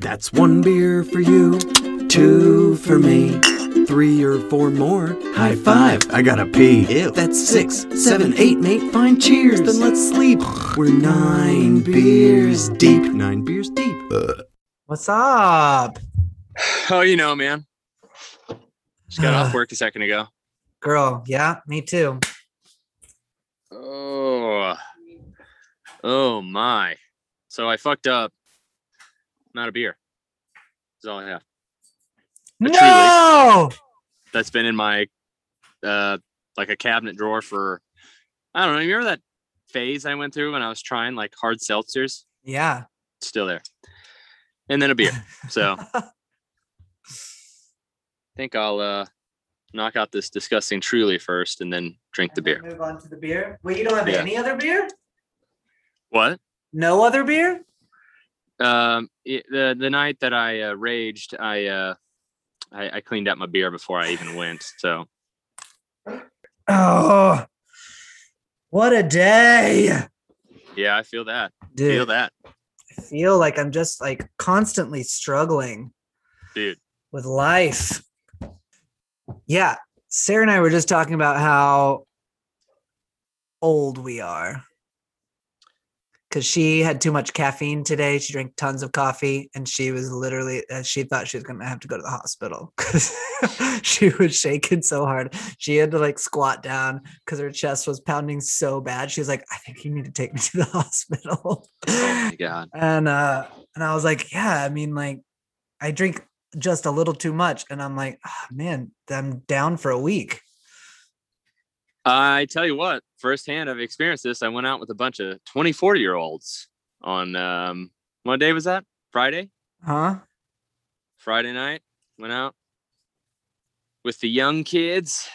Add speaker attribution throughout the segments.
Speaker 1: That's one beer for you, two for me, three or four more. High five, I gotta pee.
Speaker 2: Ew.
Speaker 1: That's six, seven, eight, mate. Fine, cheers. Then let's sleep. We're nine beers deep. Nine beers deep.
Speaker 3: What's up,
Speaker 2: Oh, you know, man. Just got
Speaker 3: Ah.
Speaker 2: off work a second ago.
Speaker 3: girl? Yeah, me too.
Speaker 2: Oh, oh my! So I fucked up. Not a beer. That's all I have. truly-
Speaker 3: No,
Speaker 2: That's been in my, uh, like a cabinet drawer for, I don't know. You remember that phase I went through when I was trying like hard seltzers?
Speaker 3: yeah,
Speaker 2: It's still there. And then a beer. So I think I'll uh knock out this disgusting truly first, and then drink the beer.
Speaker 3: Move on to the beer. Wait, you don't have
Speaker 2: Yeah.
Speaker 3: any other beer?
Speaker 2: What?
Speaker 3: No other beer?
Speaker 2: um it, the the night that i uh, raged i uh I, I cleaned out my beer before i even went so
Speaker 3: Oh, what a day,
Speaker 2: yeah i feel that
Speaker 3: dude!
Speaker 2: feel that
Speaker 3: I feel like I'm just like constantly struggling
Speaker 2: dude
Speaker 3: with life. Yeah, Sarah and I were just talking about how old we are. Cause she had too much caffeine today. She drank tons of coffee, and she was literally uh, she thought she was gonna have to go to the hospital because she was shaking so hard. She had to like squat down because her chest was pounding so bad. She was like, "I think you need to take me to the hospital."
Speaker 2: Oh my god
Speaker 3: and uh and i was like yeah i mean like i drink just a little too much and i'm like "Ah, man i'm down for a week
Speaker 2: i tell you what firsthand i've experienced this i went out with a bunch of 24 year olds on um what day was that friday
Speaker 3: huh
Speaker 2: friday night went out with the young kids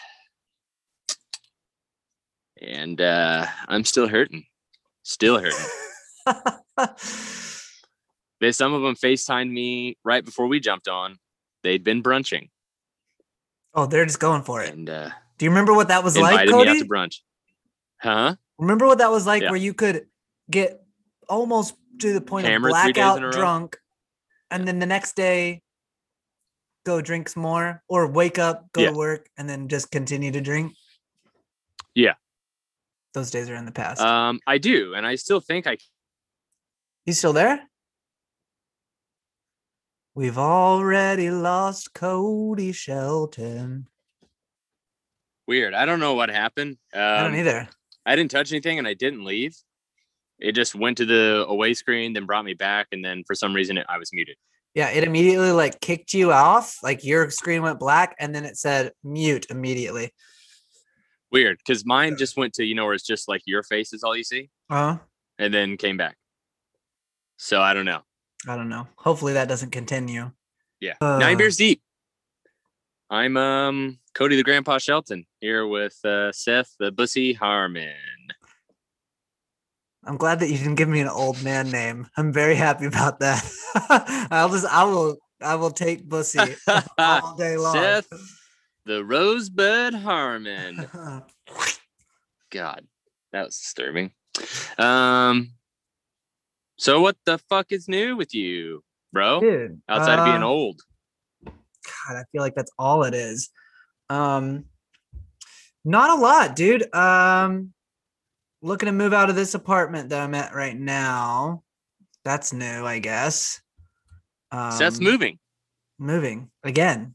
Speaker 2: and uh i'm still hurting still hurting They some of them FaceTimed me right before we jumped on. They'd been brunching
Speaker 3: oh they're just going for it
Speaker 2: and uh,
Speaker 3: do you remember what that was like
Speaker 2: invited me out
Speaker 3: cody
Speaker 2: to brunch. Huh?
Speaker 3: remember what that was like
Speaker 2: Yeah.
Speaker 3: where you could get almost to the point
Speaker 2: Hammered
Speaker 3: of
Speaker 2: three days in a
Speaker 3: blackout
Speaker 2: row?
Speaker 3: drunk and then the next day go drink some more or wake up go
Speaker 2: Yeah.
Speaker 3: to work and then just continue to drink
Speaker 2: Yeah.
Speaker 3: those days are in the past
Speaker 2: Um, I do, and I still think I.
Speaker 3: You still there? We've already lost Cody Shelton.
Speaker 2: Weird. I don't know what happened. Um,
Speaker 3: I
Speaker 2: I,
Speaker 3: don't either.
Speaker 2: didn't touch anything, and I didn't leave. It just went to the away screen, then brought me back, and then for some reason it, I was muted.
Speaker 3: Yeah, it immediately like kicked you off. Like your screen went black and then it said mute immediately.
Speaker 2: Weird, because mine just went to you know where it's just like your face is all you see,
Speaker 3: Uh,
Speaker 2: and then came back. So I don't know.
Speaker 3: I don't know. Hopefully that doesn't continue.
Speaker 2: Yeah.
Speaker 3: Uh,
Speaker 2: Nine beers deep. I'm um Cody the Grandpa Shelton here with uh Seth the Bussy Harmon.
Speaker 3: I'm glad that you didn't give me an old man name. I'm very happy about that. I'll just I will I will take Bussy all day long.
Speaker 2: Seth the Rosebud Harmon. God, that was disturbing. Um so what the fuck is new with you, bro?
Speaker 3: Dude,
Speaker 2: Outside of being
Speaker 3: uh,
Speaker 2: old.
Speaker 3: God, I feel like that's all it is. Um, not a lot, dude. Um, looking to move out of this apartment that I'm at right now. That's new, I guess. Um,
Speaker 2: Seth's moving.
Speaker 3: Moving again.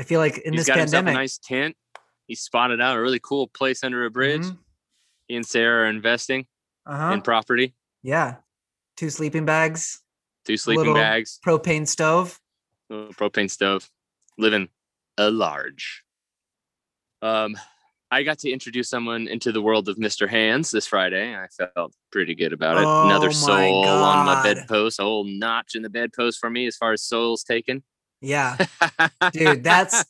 Speaker 3: I feel like in
Speaker 2: He's
Speaker 3: this
Speaker 2: got himself a
Speaker 3: pandemic,
Speaker 2: nice tent. He spotted out a really cool place under a bridge.
Speaker 3: Mm-hmm.
Speaker 2: He and Sarah are investing
Speaker 3: Uh huh.
Speaker 2: in property,
Speaker 3: Yeah, two sleeping bags,
Speaker 2: two sleeping
Speaker 3: Little-
Speaker 2: bags.
Speaker 3: propane stove.
Speaker 2: little propane stove, living a large. Um, I got to introduce someone into the world of Mr. Hands this Friday. I felt pretty good about it.
Speaker 3: Oh my
Speaker 2: Another soul on my
Speaker 3: God.
Speaker 2: bedpost, a whole notch in the bedpost for me as far as souls taken.
Speaker 3: Yeah, dude, that's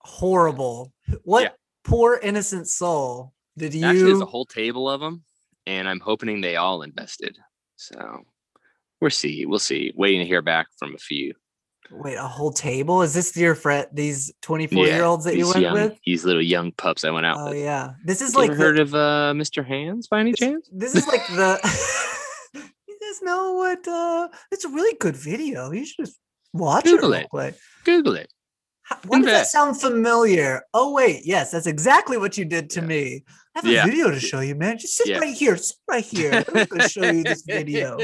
Speaker 3: horrible. What poor innocent soul did you?
Speaker 2: actually there's a whole table of them, and I'm hoping they all invested. So we'll see. We'll see. Waiting to hear back from a few.
Speaker 3: Wait, a whole table? Is this your friend? These twenty-four year olds that you
Speaker 2: these
Speaker 3: went
Speaker 2: young,
Speaker 3: with?
Speaker 2: these little young pups I went out
Speaker 3: Oh
Speaker 2: with.
Speaker 3: yeah, this is
Speaker 2: You
Speaker 3: like
Speaker 2: ever
Speaker 3: the-
Speaker 2: heard of uh, Mr. Hands by any chance?
Speaker 3: this is like the guys know what? Uh, it's a really good video. You should just watch it.
Speaker 2: Google
Speaker 3: real
Speaker 2: it.
Speaker 3: quick."
Speaker 2: Google it.
Speaker 3: How- Why does that
Speaker 2: Invest.
Speaker 3: sound familiar? Oh wait, yes, that's exactly what you did to
Speaker 2: Yeah.
Speaker 3: me. I have a
Speaker 2: Yeah.
Speaker 3: video to show you, man. Just sit
Speaker 2: Yeah.
Speaker 3: right here. Sit right here. I'm gonna show you this video.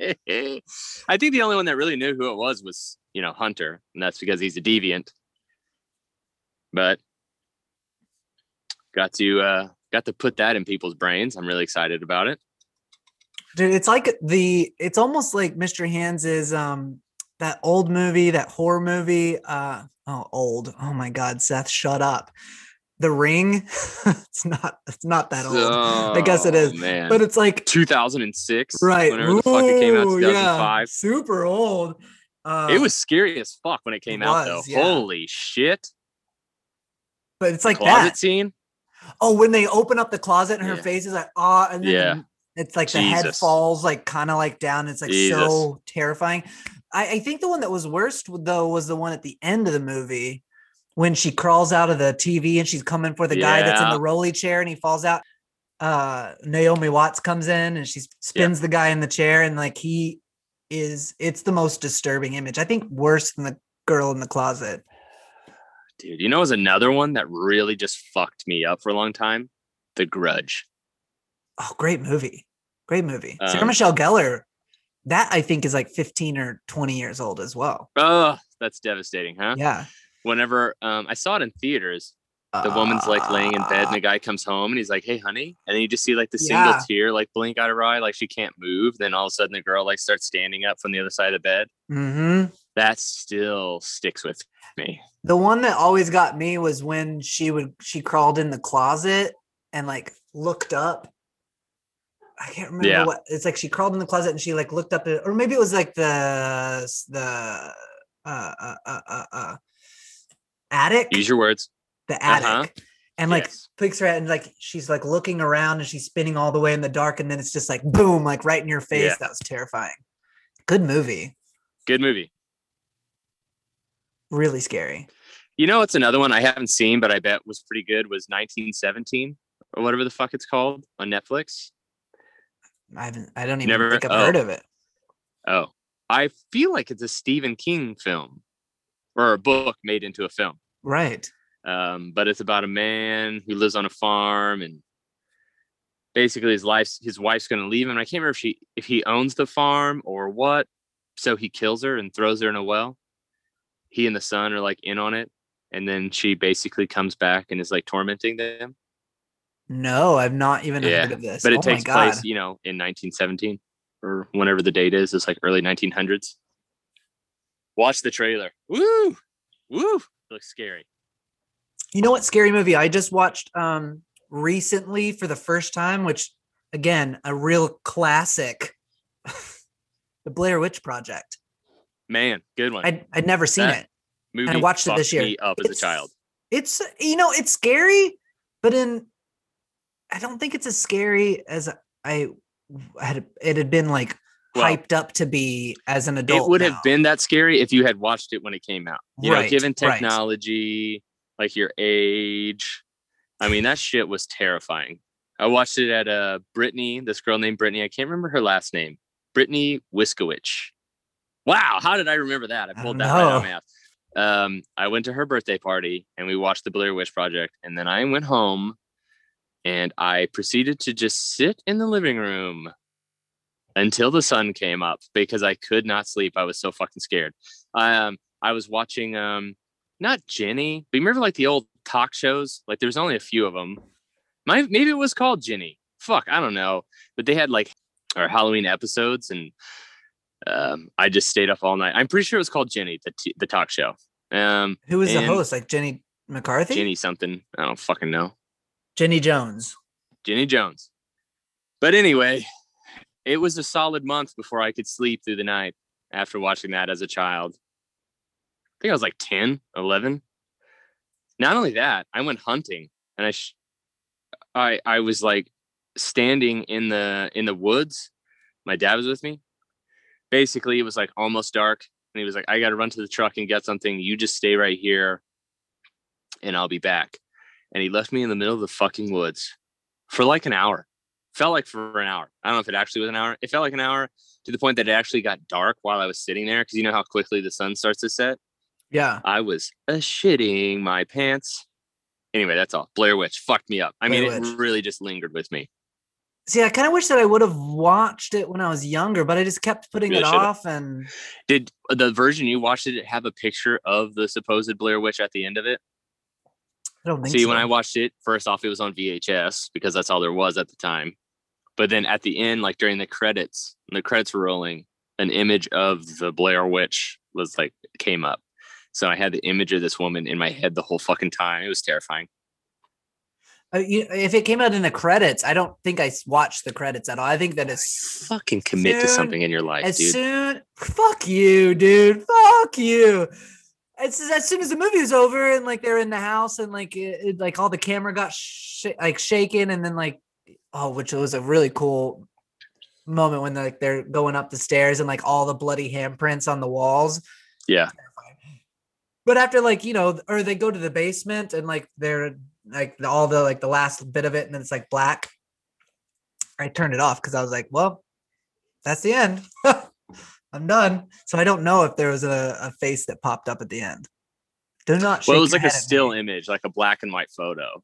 Speaker 2: I think the only one that really knew who it was was, you know, Hunter, and that's because he's a deviant. But got to uh got to put that in people's brains. I'm really excited about it.
Speaker 3: Dude, it's like the it's almost like Mr. Hands is um that old movie, that horror movie. Uh oh, old. Oh my god, Seth, shut up. The ring. it's not it's not that old. I guess it is,
Speaker 2: Man.
Speaker 3: But it's like
Speaker 2: 2006,
Speaker 3: right.
Speaker 2: Whenever the fuck it came out,
Speaker 3: Ooh, yeah,
Speaker 2: 2005.
Speaker 3: super old. Uh,
Speaker 2: It was scary as fuck when it came out, though.
Speaker 3: was, yeah.
Speaker 2: Holy shit!
Speaker 3: but it's like
Speaker 2: Closet
Speaker 3: that.
Speaker 2: scene.
Speaker 3: Oh, when they open up the closet and her
Speaker 2: Yeah.
Speaker 3: face is like, ah, and then
Speaker 2: Yeah.
Speaker 3: the- it's like the head
Speaker 2: Jesus.
Speaker 3: falls like kind of like down. It's like so terrifying. I, I think the one that was worst though was the one at the end of the movie when she crawls out of the TV and she's coming for the guy that's in
Speaker 2: Yeah.
Speaker 3: the rolly chair and he falls out. Uh Naomi Watts comes in and she spins the guy in the chair and like he is it's the most disturbing image. I think worse than the girl in the closet.
Speaker 2: Dude, you know, was another one that really just fucked me up for a long time. The Grudge.
Speaker 3: Oh, great movie. Great movie. Sarah
Speaker 2: Um,
Speaker 3: Michelle Gellar, that I think is like 15 or 20 years old as well.
Speaker 2: Oh, that's devastating, huh?
Speaker 3: Yeah.
Speaker 2: Whenever um, I saw it in theaters, the woman's like laying in bed, and
Speaker 3: Uh,
Speaker 2: the guy comes home and he's like, "Hey, honey," and then you just see like the single
Speaker 3: Ah. Yeah.
Speaker 2: tear like blink out of her eye, like she can't move. Then all of a sudden, the girl like starts standing up from the other side of the bed.
Speaker 3: hmm
Speaker 2: That still sticks with me.
Speaker 3: The one that always got me was when she would, she crawled in the closet and like looked up. I can't remember
Speaker 2: Yeah.
Speaker 3: what it's like. She crawled in the closet and she like looked up, at, or maybe it was like the, the, uh, uh, uh, uh, uh attic,
Speaker 2: Use your words.
Speaker 3: the attic.
Speaker 2: uh-huh.
Speaker 3: And like
Speaker 2: Yes.
Speaker 3: picks her head and like she's like looking around and she's spinning all the way in the dark and then it's just like boom like right in your face
Speaker 2: Yeah.
Speaker 3: that was terrifying good movie
Speaker 2: good movie.
Speaker 3: really scary
Speaker 2: You know, it's another one I haven't seen, but I bet was pretty good. Was 1917 or whatever the fuck it's called on Netflix.
Speaker 3: i haven't i don't even
Speaker 2: Never-
Speaker 3: think i've
Speaker 2: oh.
Speaker 3: heard of it
Speaker 2: Oh, I feel like it's a Stephen King film or a book made into a film.
Speaker 3: right
Speaker 2: Um, but it's about a man who lives on a farm and basically his life's his wife's going to leave him. And I can't remember if she if he owns the farm or what. So he kills her and throws her in a well. He and the son are like in on it, and then she basically comes back and is like tormenting them.
Speaker 3: no i've not even
Speaker 2: Yeah,
Speaker 3: heard of this
Speaker 2: but it
Speaker 3: oh
Speaker 2: takes
Speaker 3: my god
Speaker 2: place you know in 1917 or whenever the date is it's like early 1900s watch the trailer woo woo looks scary
Speaker 3: you know what scary movie i just watched um recently for the first time which again a real classic the blair witch project
Speaker 2: man good one
Speaker 3: i'd, I'd never seen
Speaker 2: That-
Speaker 3: it
Speaker 2: Movie
Speaker 3: watched it this
Speaker 2: fucked
Speaker 3: year.
Speaker 2: me up as
Speaker 3: It's-
Speaker 2: a child
Speaker 3: it's you know it's scary but in i don't think it's as scary as i had it had been like
Speaker 2: Well,
Speaker 3: hyped up to be as an adult
Speaker 2: it would
Speaker 3: now.
Speaker 2: have been that scary if you had watched it when it came out you know
Speaker 3: Right,
Speaker 2: given
Speaker 3: right.
Speaker 2: technology like your age i mean that shit was terrifying i watched it at uh brittany this girl named brittany i can't remember her last name brittany wiskowicz wow how did i remember that i
Speaker 3: I
Speaker 2: pulled
Speaker 3: don't
Speaker 2: that right out of
Speaker 3: know.
Speaker 2: my ass um i went to her birthday party and we watched the blair witch project and then i went home and i proceeded to just sit in the living room until the sun came up because I could not sleep. I was so fucking scared. Um, I was watching um, not Jenny, but you remember like the old talk shows? Like there was only a few of them. My, maybe it was called Jenny. Fuck, I don't know. But they had like or Halloween episodes, and um, I just stayed up all night. I'm pretty sure it was called Jenny, the t- the talk show. Um,
Speaker 3: who was the
Speaker 2: and-
Speaker 3: host like jenny mccarthy
Speaker 2: Jenny something. I don't fucking know.
Speaker 3: jenny jones
Speaker 2: Jenny Jones. But anyway, it was a solid month before I could sleep through the night after watching that as a child. I think I was like 10, 11. Not only that, I went hunting and I sh- I I was like standing in the in the woods. My dad was with me. Basically, it was like almost dark and he was like I got to run to the truck and get something. You just stay right here and I'll be back. And he left me in the middle of the fucking woods for like an hour felt like for an hour. I don't know if it actually was an hour. It felt like an hour to the point that it actually got dark while I was sitting there because you know how quickly the sun starts to set.
Speaker 3: Yeah.
Speaker 2: I was a shitting my pants. Anyway, that's all. Blair Witch fucked me up. I mean,
Speaker 3: Blair Witch.
Speaker 2: it really just lingered with me.
Speaker 3: See, I kind of wish that I would have watched it when I was younger, but I just kept putting
Speaker 2: Really
Speaker 3: it
Speaker 2: should've.
Speaker 3: off. And
Speaker 2: Did uh, the version you watched did it have a picture of the supposed Blair Witch at the end of it?
Speaker 3: I don't think
Speaker 2: See,
Speaker 3: so.
Speaker 2: when I watched it, first off, it was on VHS because that's all there was at the time. But then at the end, like during the credits, when the credits were rolling, an image of the Blair Witch was like came up. So I had the image of this woman in my head the whole fucking time. It was terrifying.
Speaker 3: Uh, you- if it came out in the credits, I don't think I s- watched the credits at all. I think that it's
Speaker 2: Fucking commit to
Speaker 3: Dude,
Speaker 2: something in your life,
Speaker 3: as
Speaker 2: dude.
Speaker 3: soon. Fuck you, dude. Fuck you. It's as- as soon as the movie was over and like they're in the house and like it, it- like all the camera got sh- like shaken and then like oh, which was a really cool moment when like they're going up the stairs and like all the bloody handprints on the walls.
Speaker 2: yeah.
Speaker 3: but after like you know or they go to the basement and like they're like the- all the like the last bit of it and then it's like black i turned it off because i was like well that's the end i'm done so i don't know if there was a, a face that popped up at the end do not shake
Speaker 2: Well, it was
Speaker 3: your
Speaker 2: like a
Speaker 3: head at me.
Speaker 2: still image, like a black and white photo.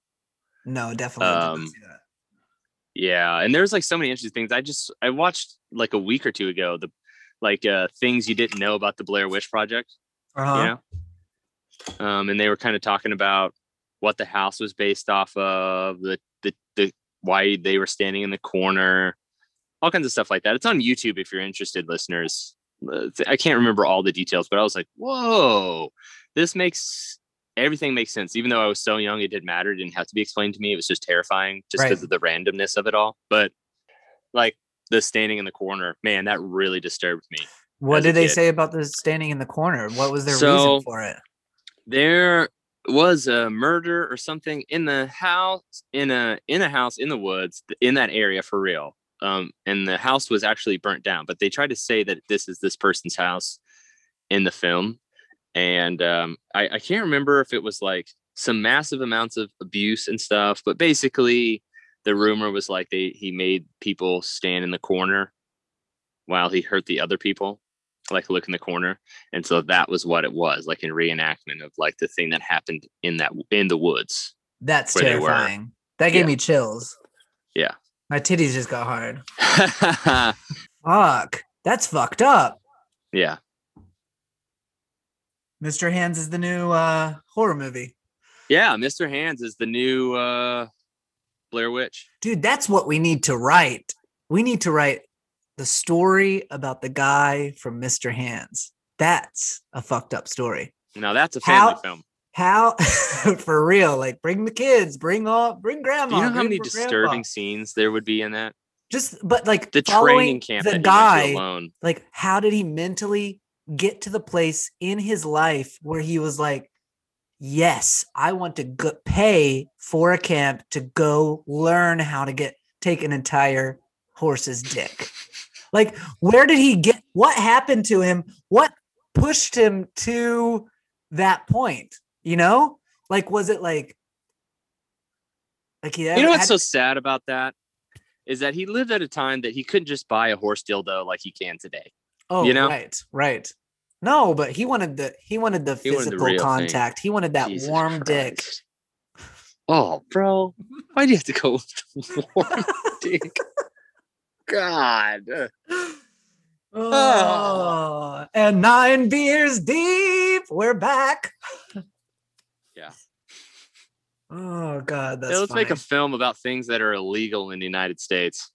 Speaker 3: no definitely did not
Speaker 2: um,
Speaker 3: see that.
Speaker 2: Yeah, and there's like so many interesting things. I just I watched like a week or two ago the like uh things you didn't know about the Blair Witch Project.
Speaker 3: Uh-huh.
Speaker 2: you know um and they were kind of talking about what the house was based off of the, the the why they were standing in the corner all kinds of stuff like that it's on youtube if you're interested listeners Uh, it's- i can't remember all the details but i was like whoa this makes everything makes sense even though i was so young it didn't matter it didn't have to be explained to me it was just terrifying just
Speaker 3: Right.
Speaker 2: because of the randomness of it all but like the standing in the corner man that really disturbed me
Speaker 3: what
Speaker 2: as a
Speaker 3: did they
Speaker 2: kid.
Speaker 3: say about the standing in the corner what was their
Speaker 2: So-
Speaker 3: reason for it
Speaker 2: there was a murder or something in the house in a in a house in the woods th- in that area for real um and the house was actually burnt down but they tried to say that this is this person's house in the film and um i i can't remember if it was like some massive amounts of abuse and stuff but basically the rumor was like they he made people stand in the corner while he hurt the other people like look in the corner and so that was what it was like in reenactment of like the thing that happened in that in the woods
Speaker 3: that's
Speaker 2: where they were.
Speaker 3: terrifying that gave
Speaker 2: Yeah.
Speaker 3: me chills
Speaker 2: Yeah.
Speaker 3: my titties just got hard fuck that's fucked up
Speaker 2: yeah
Speaker 3: Mr. Hands is the new uh, horror movie.
Speaker 2: yeah mr hands is the new uh blair witch
Speaker 3: Dude, that's what we need to write. We need to write the story about the guy from Mr. Hands. That's a fucked up story.
Speaker 2: now that's a family
Speaker 3: How-
Speaker 2: film
Speaker 3: How for real? Like bring the kids, bring all bring
Speaker 2: do
Speaker 3: grandma.
Speaker 2: you know how
Speaker 3: bring
Speaker 2: many
Speaker 3: gr-
Speaker 2: disturbing
Speaker 3: grandpa.
Speaker 2: scenes there would be in that
Speaker 3: just but like
Speaker 2: the
Speaker 3: following
Speaker 2: training camp
Speaker 3: the
Speaker 2: that he
Speaker 3: guy
Speaker 2: went to alone
Speaker 3: like how did he mentally get to the place in his life where he was like yes i want to go- pay for a camp to go learn how to get take an entire horse's dick like where did he get what happened to him what pushed him to that point you know like was it like like he
Speaker 2: you know
Speaker 3: had-
Speaker 2: what's so sad about that is that he lived at a time that he couldn't just buy a horse dildo like he can today
Speaker 3: Oh,
Speaker 2: know?
Speaker 3: right, right. No, but he wanted the he wanted the
Speaker 2: He wanted the
Speaker 3: physical
Speaker 2: real thing.
Speaker 3: contact. He wanted that
Speaker 2: Jesus
Speaker 3: warm dick.
Speaker 2: Christ. oh bro why do you have to go with the warm dick god Ah.
Speaker 3: Oh, and nine beers deep, we're back.
Speaker 2: Yeah.
Speaker 3: Oh God, that's
Speaker 2: Yeah, let's make a
Speaker 3: funny.
Speaker 2: film about things that are illegal in the United States.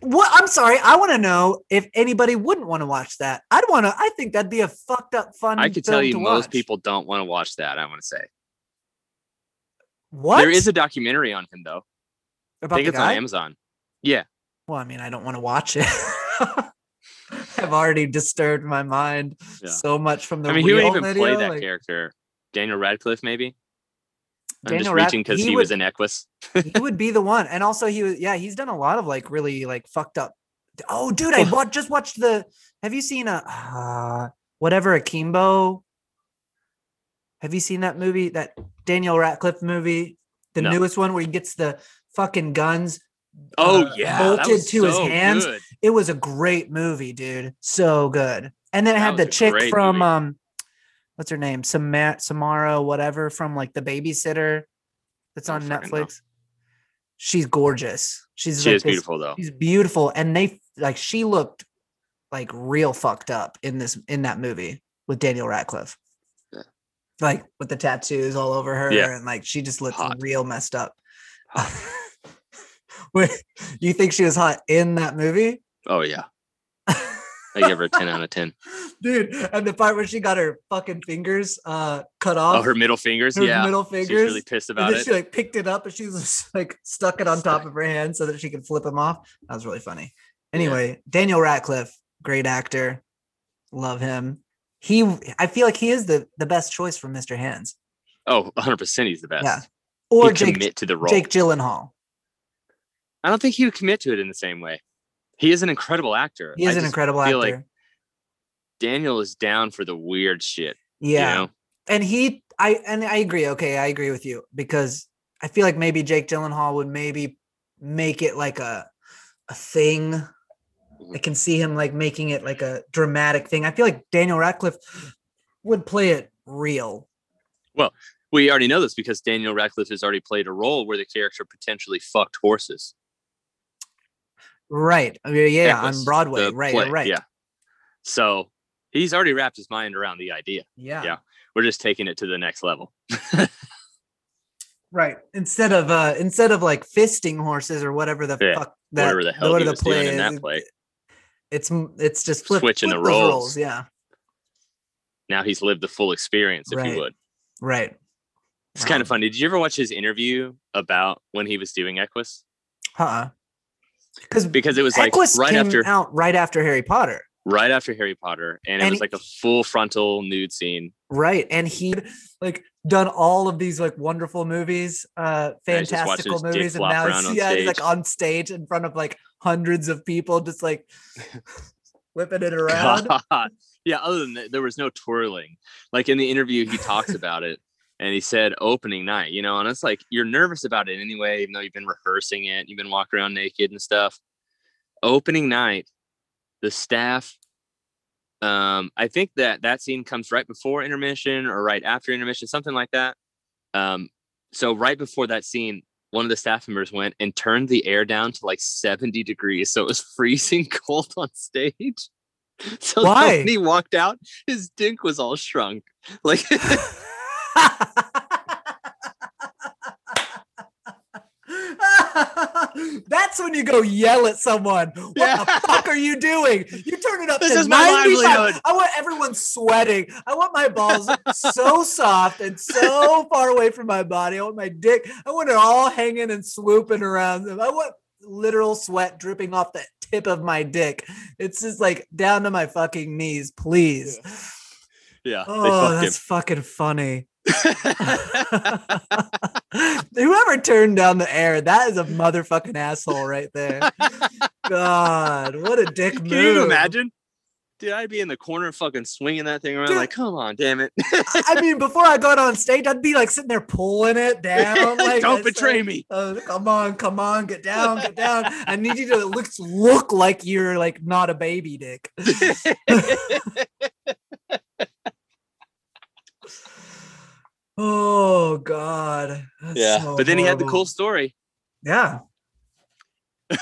Speaker 3: What? I'm sorry. I want to know if anybody wouldn't want to watch that. I'd want to. I think that'd be a fucked up fun.
Speaker 2: I could
Speaker 3: film
Speaker 2: tell you
Speaker 3: to
Speaker 2: most
Speaker 3: watch.
Speaker 2: people don't want to watch that. I want to say
Speaker 3: What?
Speaker 2: there is a documentary on him though.
Speaker 3: about
Speaker 2: I think
Speaker 3: the
Speaker 2: it's
Speaker 3: guy?
Speaker 2: on Amazon.
Speaker 3: Well, I mean, I don't want to watch it. I've already disturbed my mind
Speaker 2: Yeah.
Speaker 3: so much from the.
Speaker 2: I mean, who would
Speaker 3: real
Speaker 2: even
Speaker 3: video.
Speaker 2: play that
Speaker 3: like,
Speaker 2: character? Daniel Radcliffe, maybe. I'm
Speaker 3: Daniel
Speaker 2: just
Speaker 3: Rad-
Speaker 2: reaching because
Speaker 3: he
Speaker 2: he, was
Speaker 3: would-
Speaker 2: in Equus.
Speaker 3: he would be the one, and also he was. Yeah, he's done a lot of like really like fucked up. Oh, dude, I wa- just watched the. Have you seen a uh, whatever Akimbo? Have you seen that movie? That Daniel Radcliffe movie, the
Speaker 2: No.
Speaker 3: newest one where he gets the fucking guns
Speaker 2: Oh
Speaker 3: uh,
Speaker 2: yeah, that
Speaker 3: bolted
Speaker 2: was
Speaker 3: to his
Speaker 2: so
Speaker 3: hands.
Speaker 2: good.
Speaker 3: It was a great movie, dude. So good. And then it
Speaker 2: That
Speaker 3: had the
Speaker 2: was a
Speaker 3: chick
Speaker 2: great
Speaker 3: from
Speaker 2: movie.
Speaker 3: um, what's her name? Samara, Samara, whatever, from like the Babysitter, that's on
Speaker 2: Don't Oh, fucking know.
Speaker 3: Netflix. She's gorgeous. She's
Speaker 2: She
Speaker 3: like
Speaker 2: is
Speaker 3: this-
Speaker 2: beautiful though.
Speaker 3: She's beautiful, and they like she looked like real fucked up in this in that movie with Daniel Radcliffe.
Speaker 2: Yeah.
Speaker 3: Like with the tattoos all over her,
Speaker 2: Yeah.
Speaker 3: and like she just looked
Speaker 2: Hot.
Speaker 3: real messed up. Wait, you think she was hot in that movie?
Speaker 2: Oh yeah, I give her a ten out of ten.
Speaker 3: Dude, and the part where she got her fucking fingers uh cut off.
Speaker 2: Oh, her middle fingers.
Speaker 3: her
Speaker 2: yeah,
Speaker 3: middle
Speaker 2: she's
Speaker 3: fingers.
Speaker 2: really pissed about
Speaker 3: and then
Speaker 2: it.
Speaker 3: she like picked it up and she was just, like stuck it on top of her hand so that she could flip him off. That was really funny.
Speaker 2: Yeah.
Speaker 3: Anyway, Daniel Radcliffe, great actor, love him. He, I feel like he is the the best choice for Mr. Hands
Speaker 2: Oh, 100 percent. He's the best.
Speaker 3: Yeah.
Speaker 2: He'd
Speaker 3: or Jake
Speaker 2: commit to the role.
Speaker 3: Jake Gyllenhaal.
Speaker 2: I don't think he would commit to it in the same way. He is an incredible actor.
Speaker 3: He is
Speaker 2: I
Speaker 3: an
Speaker 2: just-
Speaker 3: incredible actor.
Speaker 2: feel like- Daniel is down for the weird shit. you
Speaker 3: yeah,
Speaker 2: know?
Speaker 3: and he, I and I agree. Okay, I agree with you because I feel like maybe Jake Gyllenhaal would maybe make it like a a thing
Speaker 2: Mm-hmm.
Speaker 3: I can see him like making it like a dramatic thing. I feel like Daniel Radcliffe would play it real.
Speaker 2: We already know this because Daniel Radcliffe has already played a role where the character potentially fucked horses.
Speaker 3: Right. I mean, yeah,
Speaker 2: Necklace,
Speaker 3: on Broadway.
Speaker 2: the
Speaker 3: Right.
Speaker 2: play,
Speaker 3: Right.
Speaker 2: Yeah. So he's already wrapped his mind around the idea.
Speaker 3: yeah.
Speaker 2: yeah. We're just taking it to the next level.
Speaker 3: Right. Instead of uh instead of like fisting horses or whatever the
Speaker 2: Yeah,
Speaker 3: fuck that
Speaker 2: Whatever the hell
Speaker 3: what
Speaker 2: he
Speaker 3: are
Speaker 2: was doing in that
Speaker 3: it-
Speaker 2: play.
Speaker 3: It's m- it's just flip,
Speaker 2: Switching the
Speaker 3: flip those
Speaker 2: roles.
Speaker 3: Yeah.
Speaker 2: Now he's lived the full experience, if
Speaker 3: Right.
Speaker 2: you would.
Speaker 3: Right.
Speaker 2: It's kind of
Speaker 3: Wow.
Speaker 2: funny. Did you ever watch his interview about when he was doing Equus?
Speaker 3: Huh. Because
Speaker 2: Because it was like
Speaker 3: Equus
Speaker 2: right
Speaker 3: came
Speaker 2: after
Speaker 3: out right after Harry Potter.
Speaker 2: right after Harry Potter, and it
Speaker 3: And
Speaker 2: was like a full frontal nude scene.
Speaker 3: Right. And he like done all of these like wonderful movies, uh
Speaker 2: Yeah, he's just watching
Speaker 3: fantastical
Speaker 2: his dick
Speaker 3: movies. And
Speaker 2: flop
Speaker 3: now
Speaker 2: around
Speaker 3: he's,
Speaker 2: on
Speaker 3: yeah, he's like
Speaker 2: stage.
Speaker 3: on stage in front of like hundreds of people, just like whipping it around.
Speaker 2: God. Yeah, other than that, there was no twirling. Like in the interview, he talks about it and he said opening night, you know, and it's like you're nervous about it anyway, even though you've been rehearsing it, you've been walking around naked and stuff. Opening night, the staff. Um, I think that that scene comes right before intermission or right after intermission, something like that. Um, so right before that scene, one of the staff members went and turned the air down to like 70 degrees, so it was freezing cold on stage. So
Speaker 3: Why?
Speaker 2: when he walked out, his dink was all shrunk. Like
Speaker 3: That's when you go yell at someone. What
Speaker 2: Yeah.
Speaker 3: the fuck are you doing? You turn it up
Speaker 2: This
Speaker 3: to
Speaker 2: is my
Speaker 3: 95.
Speaker 2: livelihood.
Speaker 3: I want everyone sweating. I want my balls so soft and so far away from my body. I want my dick. I want it all hanging and swooping around them. I want literal sweat dripping off the tip of my dick. It's just like down to my fucking knees, please.
Speaker 2: yeah,
Speaker 3: Oh,
Speaker 2: they
Speaker 3: that's fucking funny.
Speaker 2: fucked him.
Speaker 3: Whoever turned down the air, that is a motherfucking asshole right there. God, what a dick move.
Speaker 2: Can you imagine? Dude, I'd be in the corner fucking swinging that thing around
Speaker 3: Dude.
Speaker 2: like, come on, damn it.
Speaker 3: I mean, before I got on stage, I'd be like sitting there pulling it down. Like,
Speaker 2: Don't
Speaker 3: it's
Speaker 2: betray
Speaker 3: like,
Speaker 2: me.
Speaker 3: Oh, come on, come on, get down, get down. I need you to look look like you're like not a baby dick. oh God. That's so
Speaker 2: but then he had the cool
Speaker 3: horrible.
Speaker 2: story.
Speaker 3: Yeah.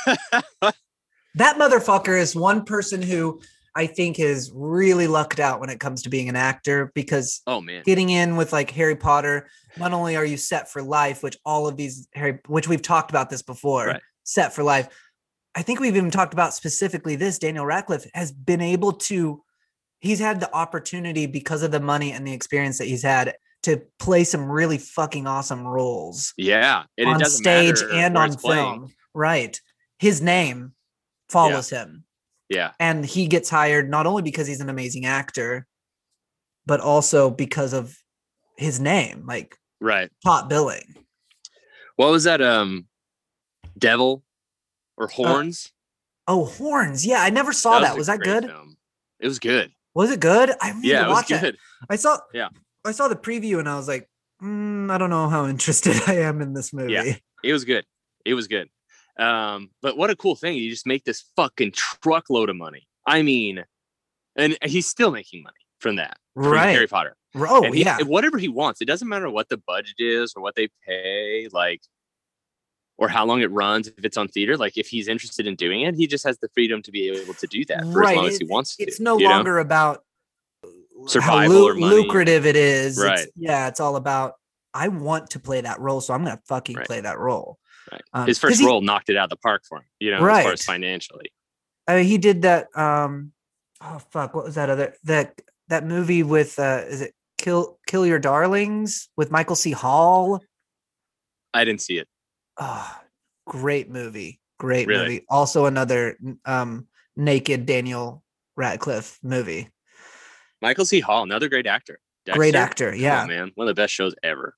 Speaker 3: that motherfucker is one person who I think is really lucked out when it comes to being an actor because
Speaker 2: Oh man.
Speaker 3: getting in with like Harry Potter, not only are you set for life, which all of these Harry, which we've talked about this before,
Speaker 2: Right.
Speaker 3: set for life. I think we've even talked about specifically this. Daniel Radcliffe has been able to, he's had the opportunity because of the money and the experience that he's had to play some really fucking awesome roles
Speaker 2: Yeah. And it
Speaker 3: on
Speaker 2: doesn't
Speaker 3: stage
Speaker 2: matter
Speaker 3: and
Speaker 2: where
Speaker 3: on
Speaker 2: it's playing.
Speaker 3: film. Right. His name follows him
Speaker 2: Yeah.
Speaker 3: and he gets hired not only because he's an amazing actor but also because of his name like
Speaker 2: Right.
Speaker 3: top billing
Speaker 2: What was that? Um Devil or Horns?
Speaker 3: oh horns yeah Uh, i never saw that was
Speaker 2: a
Speaker 3: that,
Speaker 2: great
Speaker 3: good
Speaker 2: film. It was good.
Speaker 3: was it good i need
Speaker 2: Yeah,
Speaker 3: to
Speaker 2: it was
Speaker 3: watch
Speaker 2: good.
Speaker 3: it i saw
Speaker 2: Yeah.
Speaker 3: i saw the preview and i was like mm, i don't know how interested i am in this movie
Speaker 2: It was good. It was good. Um, but what a cool thing. You just make this fucking truckload of money. I mean, and he's still making money from that. From Harry
Speaker 3: Right.
Speaker 2: Potter.
Speaker 3: Oh,
Speaker 2: And he-
Speaker 3: yeah.
Speaker 2: Whatever he wants. It doesn't matter what the budget is or what they pay, like, or how long it runs, if it's on theater. Like, if he's interested in doing it, he just has the freedom to be able to do that for
Speaker 3: Right.
Speaker 2: as long as
Speaker 3: It-
Speaker 2: he wants to.
Speaker 3: It's no
Speaker 2: you know?
Speaker 3: longer about how
Speaker 2: Survival or money.
Speaker 3: lucrative it is. It's-
Speaker 2: Right.
Speaker 3: yeah, it's all about I want to play that role, so I'm gonna fucking
Speaker 2: Right.
Speaker 3: play that role.
Speaker 2: Right.
Speaker 3: Um,
Speaker 2: His
Speaker 3: 'cause
Speaker 2: first
Speaker 3: he-
Speaker 2: role knocked it out of the park for him, you know, as far
Speaker 3: Right.
Speaker 2: as financially.
Speaker 3: I mean, he did that. Um, oh fuck, what was that other that that movie with uh, is it Kill Kill Your Darlings with Michael C. Hall?
Speaker 2: I didn't see it.
Speaker 3: Oh, great movie, great
Speaker 2: Really?
Speaker 3: movie. Also another n- um naked Daniel Radcliffe movie.
Speaker 2: Michael C. Hall, another great actor.
Speaker 3: Great
Speaker 2: Dexter?
Speaker 3: actor,
Speaker 2: Come
Speaker 3: yeah,
Speaker 2: on, man. One of the best shows ever.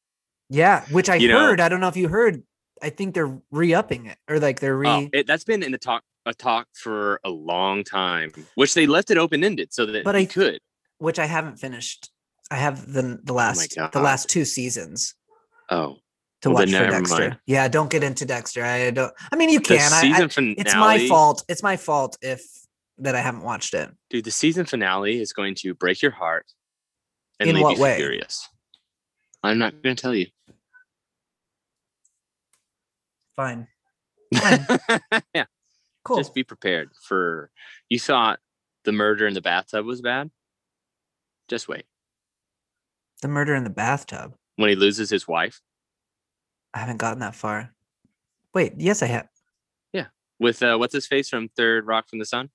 Speaker 3: yeah. Which I
Speaker 2: You know-
Speaker 3: heard. I don't know if you heard. I think they're re-upping it, or like they're re.
Speaker 2: Oh, it, that's been in the talk a talk for a long time, which they left it open ended so that
Speaker 3: But
Speaker 2: he
Speaker 3: I-
Speaker 2: could.
Speaker 3: which I haven't finished. I have the the last the
Speaker 2: Oh God.
Speaker 3: last two seasons
Speaker 2: Oh,
Speaker 3: to
Speaker 2: Well,
Speaker 3: watch
Speaker 2: then
Speaker 3: for
Speaker 2: never
Speaker 3: Dexter.
Speaker 2: mind.
Speaker 3: Yeah, don't get into Dexter. I don't. I mean, you
Speaker 2: the
Speaker 3: can. I,
Speaker 2: season
Speaker 3: I,
Speaker 2: finale.
Speaker 3: it's my fault. It's my fault if that I haven't watched it.
Speaker 2: dude. The season finale is going to break your heart and
Speaker 3: In
Speaker 2: leave
Speaker 3: what
Speaker 2: you
Speaker 3: way?
Speaker 2: furious. I'm not going to tell you.
Speaker 3: Fine, Fine.
Speaker 2: yeah,
Speaker 3: Oh, cool.
Speaker 2: just be prepared for. You thought the murder in the bathtub was bad. Just wait.
Speaker 3: the murder in the bathtub.
Speaker 2: When he loses his wife
Speaker 3: I haven't gotten that far. Wait, yes, I have.
Speaker 2: with uh, what's his face from Third Rock from the Sun.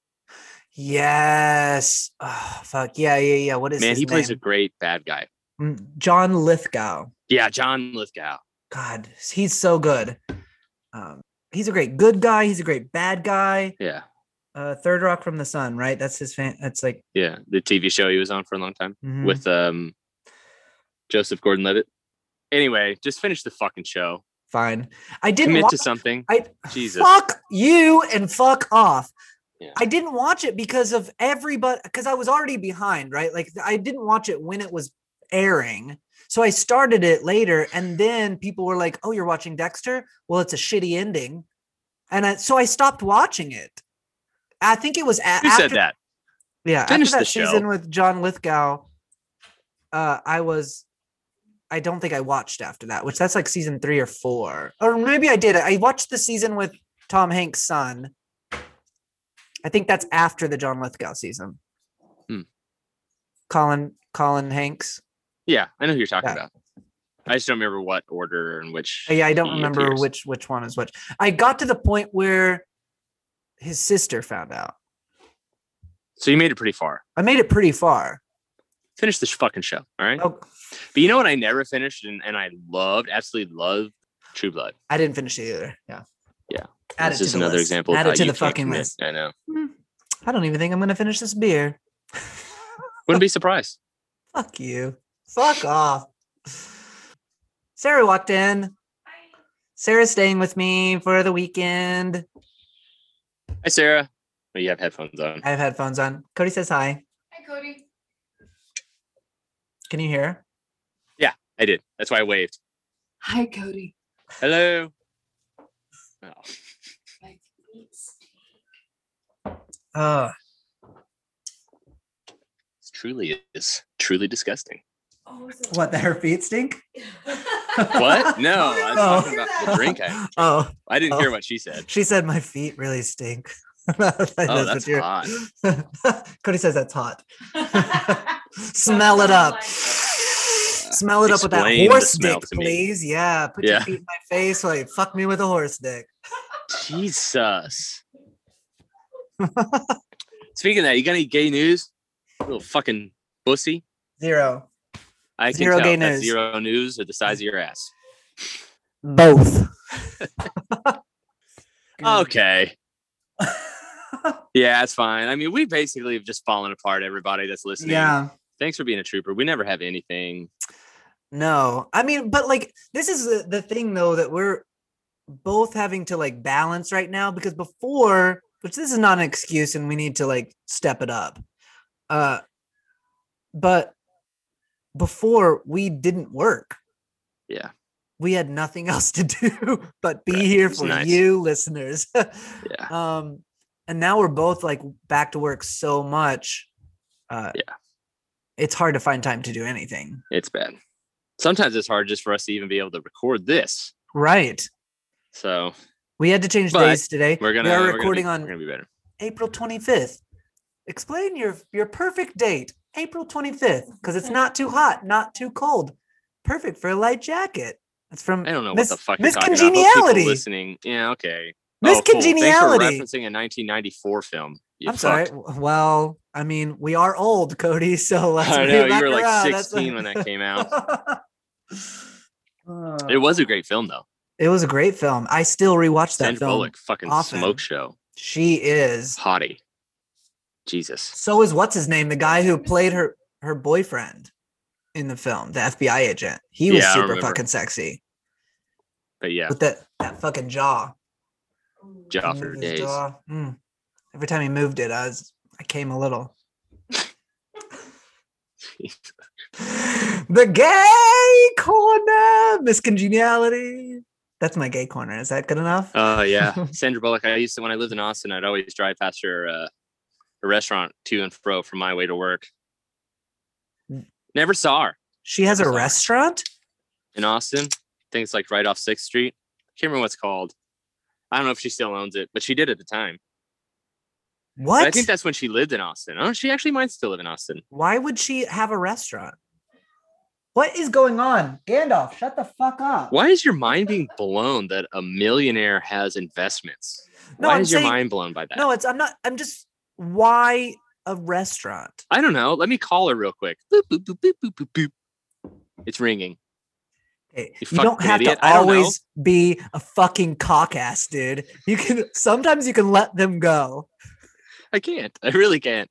Speaker 3: Yes. Oh, fuck yeah, yeah, yeah. What is
Speaker 2: Man,
Speaker 3: his
Speaker 2: he plays a
Speaker 3: name?
Speaker 2: great bad guy.
Speaker 3: Mm, John Lithgow.
Speaker 2: Yeah, John Lithgow.
Speaker 3: God, he's so good. Um, he's a great good guy. He's a great bad guy.
Speaker 2: Yeah,
Speaker 3: uh third rock from the sun right that's his fan that's like
Speaker 2: yeah. The TV show he was on for a long time
Speaker 3: mhm.
Speaker 2: with um Joseph Gordon-Levitt. Anyway, just finish the fucking show.
Speaker 3: fine i didn't
Speaker 2: Commit
Speaker 3: watch
Speaker 2: to something.
Speaker 3: i
Speaker 2: Jesus.
Speaker 3: fuck you and fuck off
Speaker 2: Yeah.
Speaker 3: i didn't watch it because of everybody because i was already behind right like i didn't watch it when it was airing so i started it later and then people were like oh you're watching dexter well it's a shitty ending and I, so i stopped watching it i think it was a-
Speaker 2: Who
Speaker 3: after
Speaker 2: said that?
Speaker 3: Yeah,
Speaker 2: Finish
Speaker 3: after
Speaker 2: the
Speaker 3: that season
Speaker 2: show.
Speaker 3: with John Lithgow, uh, I was. I don't think I watched after that, which that's like season three or four, or maybe I did. I watched the season with Tom Hanks' son. I think that's after the John Lithgow season.
Speaker 2: Hmm.
Speaker 3: Colin Colin Hanks.
Speaker 2: Yeah, I know who you're talking
Speaker 3: Yeah.
Speaker 2: about. I just don't remember what order and which.
Speaker 3: Uh, Yeah, I don't
Speaker 2: he
Speaker 3: remember
Speaker 2: appears.
Speaker 3: which which one is which. I got to the point where his sister found out.
Speaker 2: So you made it pretty far.
Speaker 3: I made it pretty far.
Speaker 2: Finish this fucking show. All right.
Speaker 3: Oh,
Speaker 2: But you know what? I never finished, and, and I loved, absolutely loved True Blood.
Speaker 3: I didn't finish it either. Yeah.
Speaker 2: Yeah.
Speaker 3: Add
Speaker 2: That's
Speaker 3: it to
Speaker 2: just
Speaker 3: the
Speaker 2: another
Speaker 3: list.
Speaker 2: example.
Speaker 3: Add
Speaker 2: of
Speaker 3: it
Speaker 2: how
Speaker 3: to
Speaker 2: you
Speaker 3: the
Speaker 2: can't
Speaker 3: fucking
Speaker 2: commit.
Speaker 3: list.
Speaker 2: I know.
Speaker 3: "Hmm, I don't even think I'm gonna finish this beer.
Speaker 2: Wouldn't be surprised.
Speaker 3: Fuck you. Fuck off. Sarah walked in. Sarah's staying with me for the weekend.
Speaker 2: Hi, Sarah. Oh, you have headphones on.
Speaker 3: I have headphones on. Cody says hi.
Speaker 4: Hi, Cody.
Speaker 3: Can you hear? her?
Speaker 2: I did. That's why I waved.
Speaker 4: Hi, Cody.
Speaker 2: Hello. Oh,
Speaker 3: Oh,
Speaker 2: it's truly is truly disgusting.
Speaker 4: Oh, is
Speaker 3: what? That her feet stink?
Speaker 2: What? No, I
Speaker 3: Oh.
Speaker 2: was talking about the drink. I,
Speaker 3: Oh,
Speaker 2: I didn't hear
Speaker 3: Oh.
Speaker 2: what she said.
Speaker 3: she said my feet really stink. that's
Speaker 2: Oh,
Speaker 3: what
Speaker 2: that's
Speaker 3: you're-
Speaker 2: hot.
Speaker 3: Cody says that's hot.
Speaker 4: it?
Speaker 3: Smell it up.
Speaker 4: Like-
Speaker 3: Smell it up with that
Speaker 2: Explain the
Speaker 3: horse
Speaker 2: smell
Speaker 3: dick,
Speaker 2: to me.
Speaker 3: please. Yeah, put your
Speaker 2: Yeah.
Speaker 3: feet in my face while you fuck me with a horse dick.
Speaker 2: Jesus. Speaking of that, you got any gay news? Little fucking pussy.
Speaker 3: Zero.
Speaker 2: I can
Speaker 3: Zero
Speaker 2: tell
Speaker 3: gay
Speaker 2: if that's
Speaker 3: news.
Speaker 2: zero news or the size of your ass.
Speaker 3: Both.
Speaker 2: Okay. Yeah, it's fine. I mean, we basically have just fallen apart, everybody that's listening.
Speaker 3: yeah.
Speaker 2: Thanks for being a trooper. We never have anything.
Speaker 3: No. I mean, but like this is the, the thing though that we're both having to like balance right now because before, which this is not an excuse and we need to like step it up. Uh but before we didn't work.
Speaker 2: Yeah.
Speaker 3: we had nothing else to do but be here
Speaker 2: it's
Speaker 3: for
Speaker 2: nice.
Speaker 3: you listeners.
Speaker 2: Yeah.
Speaker 3: Um, and now we're both like back to work so much. Uh,
Speaker 2: Yeah.
Speaker 3: It's hard to find time to do anything.
Speaker 2: It's bad. Sometimes it's hard just for us to even be able to record this.
Speaker 3: Right.
Speaker 2: So
Speaker 3: We had to change
Speaker 2: But
Speaker 3: days today.
Speaker 2: we're gonna
Speaker 3: we
Speaker 2: we're
Speaker 3: are
Speaker 2: gonna be-
Speaker 3: recording
Speaker 2: we're
Speaker 3: on
Speaker 2: gonna be better.
Speaker 3: April 25th. Explain your your perfect date, April 25th, because it's not too hot, not too cold. Perfect for a light jacket. That's from
Speaker 2: I don't know
Speaker 3: Miss-
Speaker 2: what the fuck
Speaker 3: Miss
Speaker 2: you're talking about. Hope people
Speaker 3: Congeniality.
Speaker 2: listening. Yeah, okay. Oh,
Speaker 3: Miss
Speaker 2: cool.
Speaker 3: Congeniality.
Speaker 2: Thanks for referencing a 1994 film. You
Speaker 3: I'm sorry.
Speaker 2: fuck.
Speaker 3: W- Well, I mean, we are old, Cody. So let's
Speaker 2: I know
Speaker 3: move
Speaker 2: you
Speaker 3: back
Speaker 2: were like
Speaker 3: around. That's
Speaker 2: 16 when
Speaker 3: what-
Speaker 2: that came out.
Speaker 3: Uh,
Speaker 2: It was a great film though.
Speaker 3: it was a great film. I still rewatch that
Speaker 2: Sandra
Speaker 3: film.
Speaker 2: Bullock, fucking
Speaker 3: often.
Speaker 2: smoke show,
Speaker 3: She is.
Speaker 2: hottie. Jesus.
Speaker 3: So is what's his name, the guy who played her her boyfriend in the film, the FBI agent. He was
Speaker 2: Yeah, I
Speaker 3: super
Speaker 2: remember.
Speaker 3: fucking sexy
Speaker 2: But yeah,
Speaker 3: with that that fucking jaw. He
Speaker 2: jaw for
Speaker 3: moved his
Speaker 2: days.
Speaker 3: jaw. Mm. Every time he moved it, I was I came a little. the gay corner, Miss Congeniality. That's my gay corner. Is that good enough?
Speaker 2: Oh yeah, Sandra Bullock. I used to when I lived in Austin, I'd always drive past her, uh, her restaurant to and fro from my way to work. Never saw her
Speaker 3: she has a
Speaker 2: sorry.
Speaker 3: restaurant.
Speaker 2: in Austin. I think it's like right off Sixth Street. Can't remember what it's called. I don't know if she still owns it, but she did at the time. But
Speaker 3: What?
Speaker 2: I think that's when she lived in Austin. Oh, she actually might still live in Austin.
Speaker 3: Why would she have a restaurant? What is going on, Gandalf? Shut the fuck up.
Speaker 2: Why is your mind being blown that a millionaire has investments?
Speaker 3: No,
Speaker 2: Why
Speaker 3: I'm
Speaker 2: is
Speaker 3: saying-
Speaker 2: your mind blown by that?
Speaker 3: No, it's I'm not. I'm just. Why a restaurant?
Speaker 2: I don't know. Let me call her real quick. Boop, boop, boop, boop, boop, boop, boop. It's ringing.
Speaker 3: Hey,
Speaker 2: You
Speaker 3: Eh, You,
Speaker 2: fucking
Speaker 3: don't have
Speaker 2: idiot.
Speaker 3: to
Speaker 2: I don't know.
Speaker 3: always be a fucking cock ass, dude. You can sometimes you can let them go.
Speaker 2: I can't. I really can't.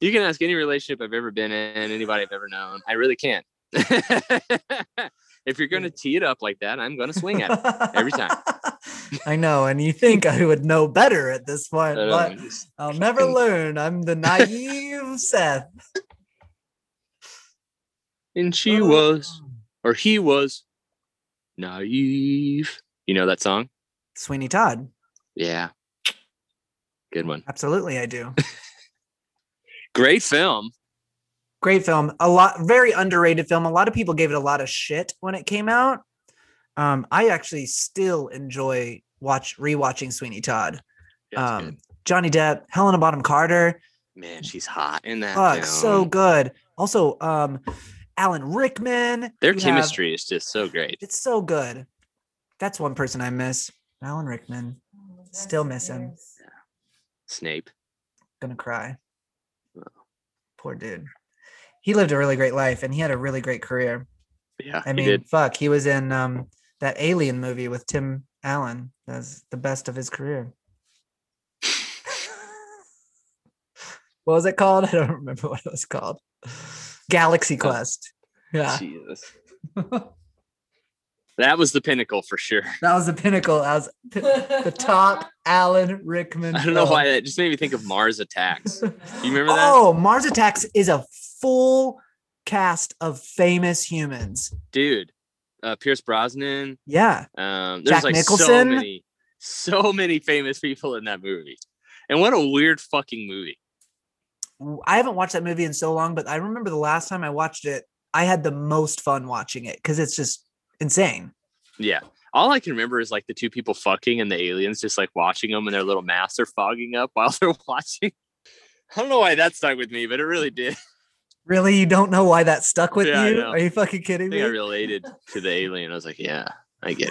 Speaker 2: You can ask any relationship I've ever been in, anybody I've ever known. I really can't. if you're going to tee it up like that, I'm going to swing at it. every time.
Speaker 3: I know, and you think I would know better at this point,
Speaker 2: I
Speaker 3: but
Speaker 2: don't know.
Speaker 3: I'll never
Speaker 2: fucking-
Speaker 3: learn. I'm the naive Seth.
Speaker 2: And she was, or he was, naive. You know that song?
Speaker 3: Sweeney Todd.
Speaker 2: Yeah. Good one.
Speaker 3: Absolutely, I do.
Speaker 2: Great film.
Speaker 3: great film a lot very underrated film a lot of people gave it a lot of shit when it came out um i actually still enjoy watch rewatching sweeney todd
Speaker 2: Yeah, it's
Speaker 3: um johnny depp helena bottom carter
Speaker 2: good. Man, she's hot in that.
Speaker 3: fuck so
Speaker 2: film.
Speaker 3: good also um alan rickman
Speaker 2: Their
Speaker 3: you have-
Speaker 2: chemistry is just so great.
Speaker 3: it's so good that's one person i miss alan rickman
Speaker 4: Oh,
Speaker 3: Still miss him.
Speaker 2: Snape.
Speaker 3: gonna cry poor dude he lived a really great life and he had a really great career
Speaker 2: Yeah,
Speaker 3: I
Speaker 2: he
Speaker 3: mean,
Speaker 2: did.
Speaker 3: fuck, he was in um that Alien movie with Tim Allen. That's the best of his career. what was it called? I don't remember what it was called.
Speaker 2: Uh,
Speaker 3: Galaxy Quest. Yeah,
Speaker 2: Jesus.
Speaker 3: that
Speaker 2: That was the pinnacle for sure.
Speaker 3: was the pinnacle. I was the top Alan Rickman.
Speaker 2: I don't know
Speaker 3: film.
Speaker 2: why that just made me think of Mars Attacks. Do you remember that?
Speaker 3: Oh, Mars Attacks is a full cast of famous humans.
Speaker 2: Dude, uh, Pierce Brosnan.
Speaker 3: Yeah,
Speaker 2: Um,
Speaker 3: Jack
Speaker 2: there's like so
Speaker 3: Nicholson?
Speaker 2: many, so many famous people in that movie. And what a weird fucking movie.
Speaker 3: w- I haven't watched that movie in so long, but I remember the last time I watched it, I had the most fun watching it because it's just insane.
Speaker 2: Yeah. All I can remember is like the two people fucking and the aliens just like watching them and their little masks are fogging up while they're watching. I don't know why that stuck with me, but it really did.
Speaker 3: Really, you don't know why that stuck with
Speaker 2: Yeah, I
Speaker 3: you?
Speaker 2: know.
Speaker 3: Are you fucking kidding
Speaker 2: I think I
Speaker 3: me?
Speaker 2: related to the alien. I was like, yeah, I get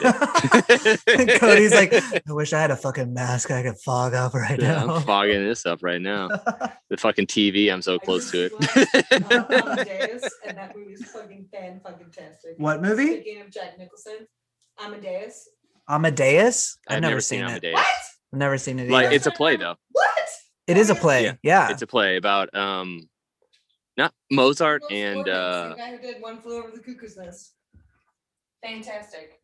Speaker 2: it.
Speaker 3: Cody's like, I wish I had a fucking mask I could fog up right
Speaker 2: Yeah, I'm
Speaker 3: now.
Speaker 2: fogging this up right now. The fucking TV, I'm so close to it.
Speaker 4: Amadeus, and that movie is fucking fan fucking tastic.
Speaker 3: What movie?
Speaker 4: Speaking of Jack Nicholson, Amadeus.
Speaker 3: Amadeus? I've, never, seen, it.
Speaker 2: Amadeus.
Speaker 4: What?
Speaker 3: I've never seen it.
Speaker 2: Like
Speaker 3: either.
Speaker 2: it's a play though.
Speaker 4: What?
Speaker 3: it is a play.
Speaker 2: Yeah,
Speaker 3: Yeah.
Speaker 2: It's a play about um not Mozart and uh
Speaker 4: the guy who did One Flew Over the Cuckoo's Nest. Fantastic.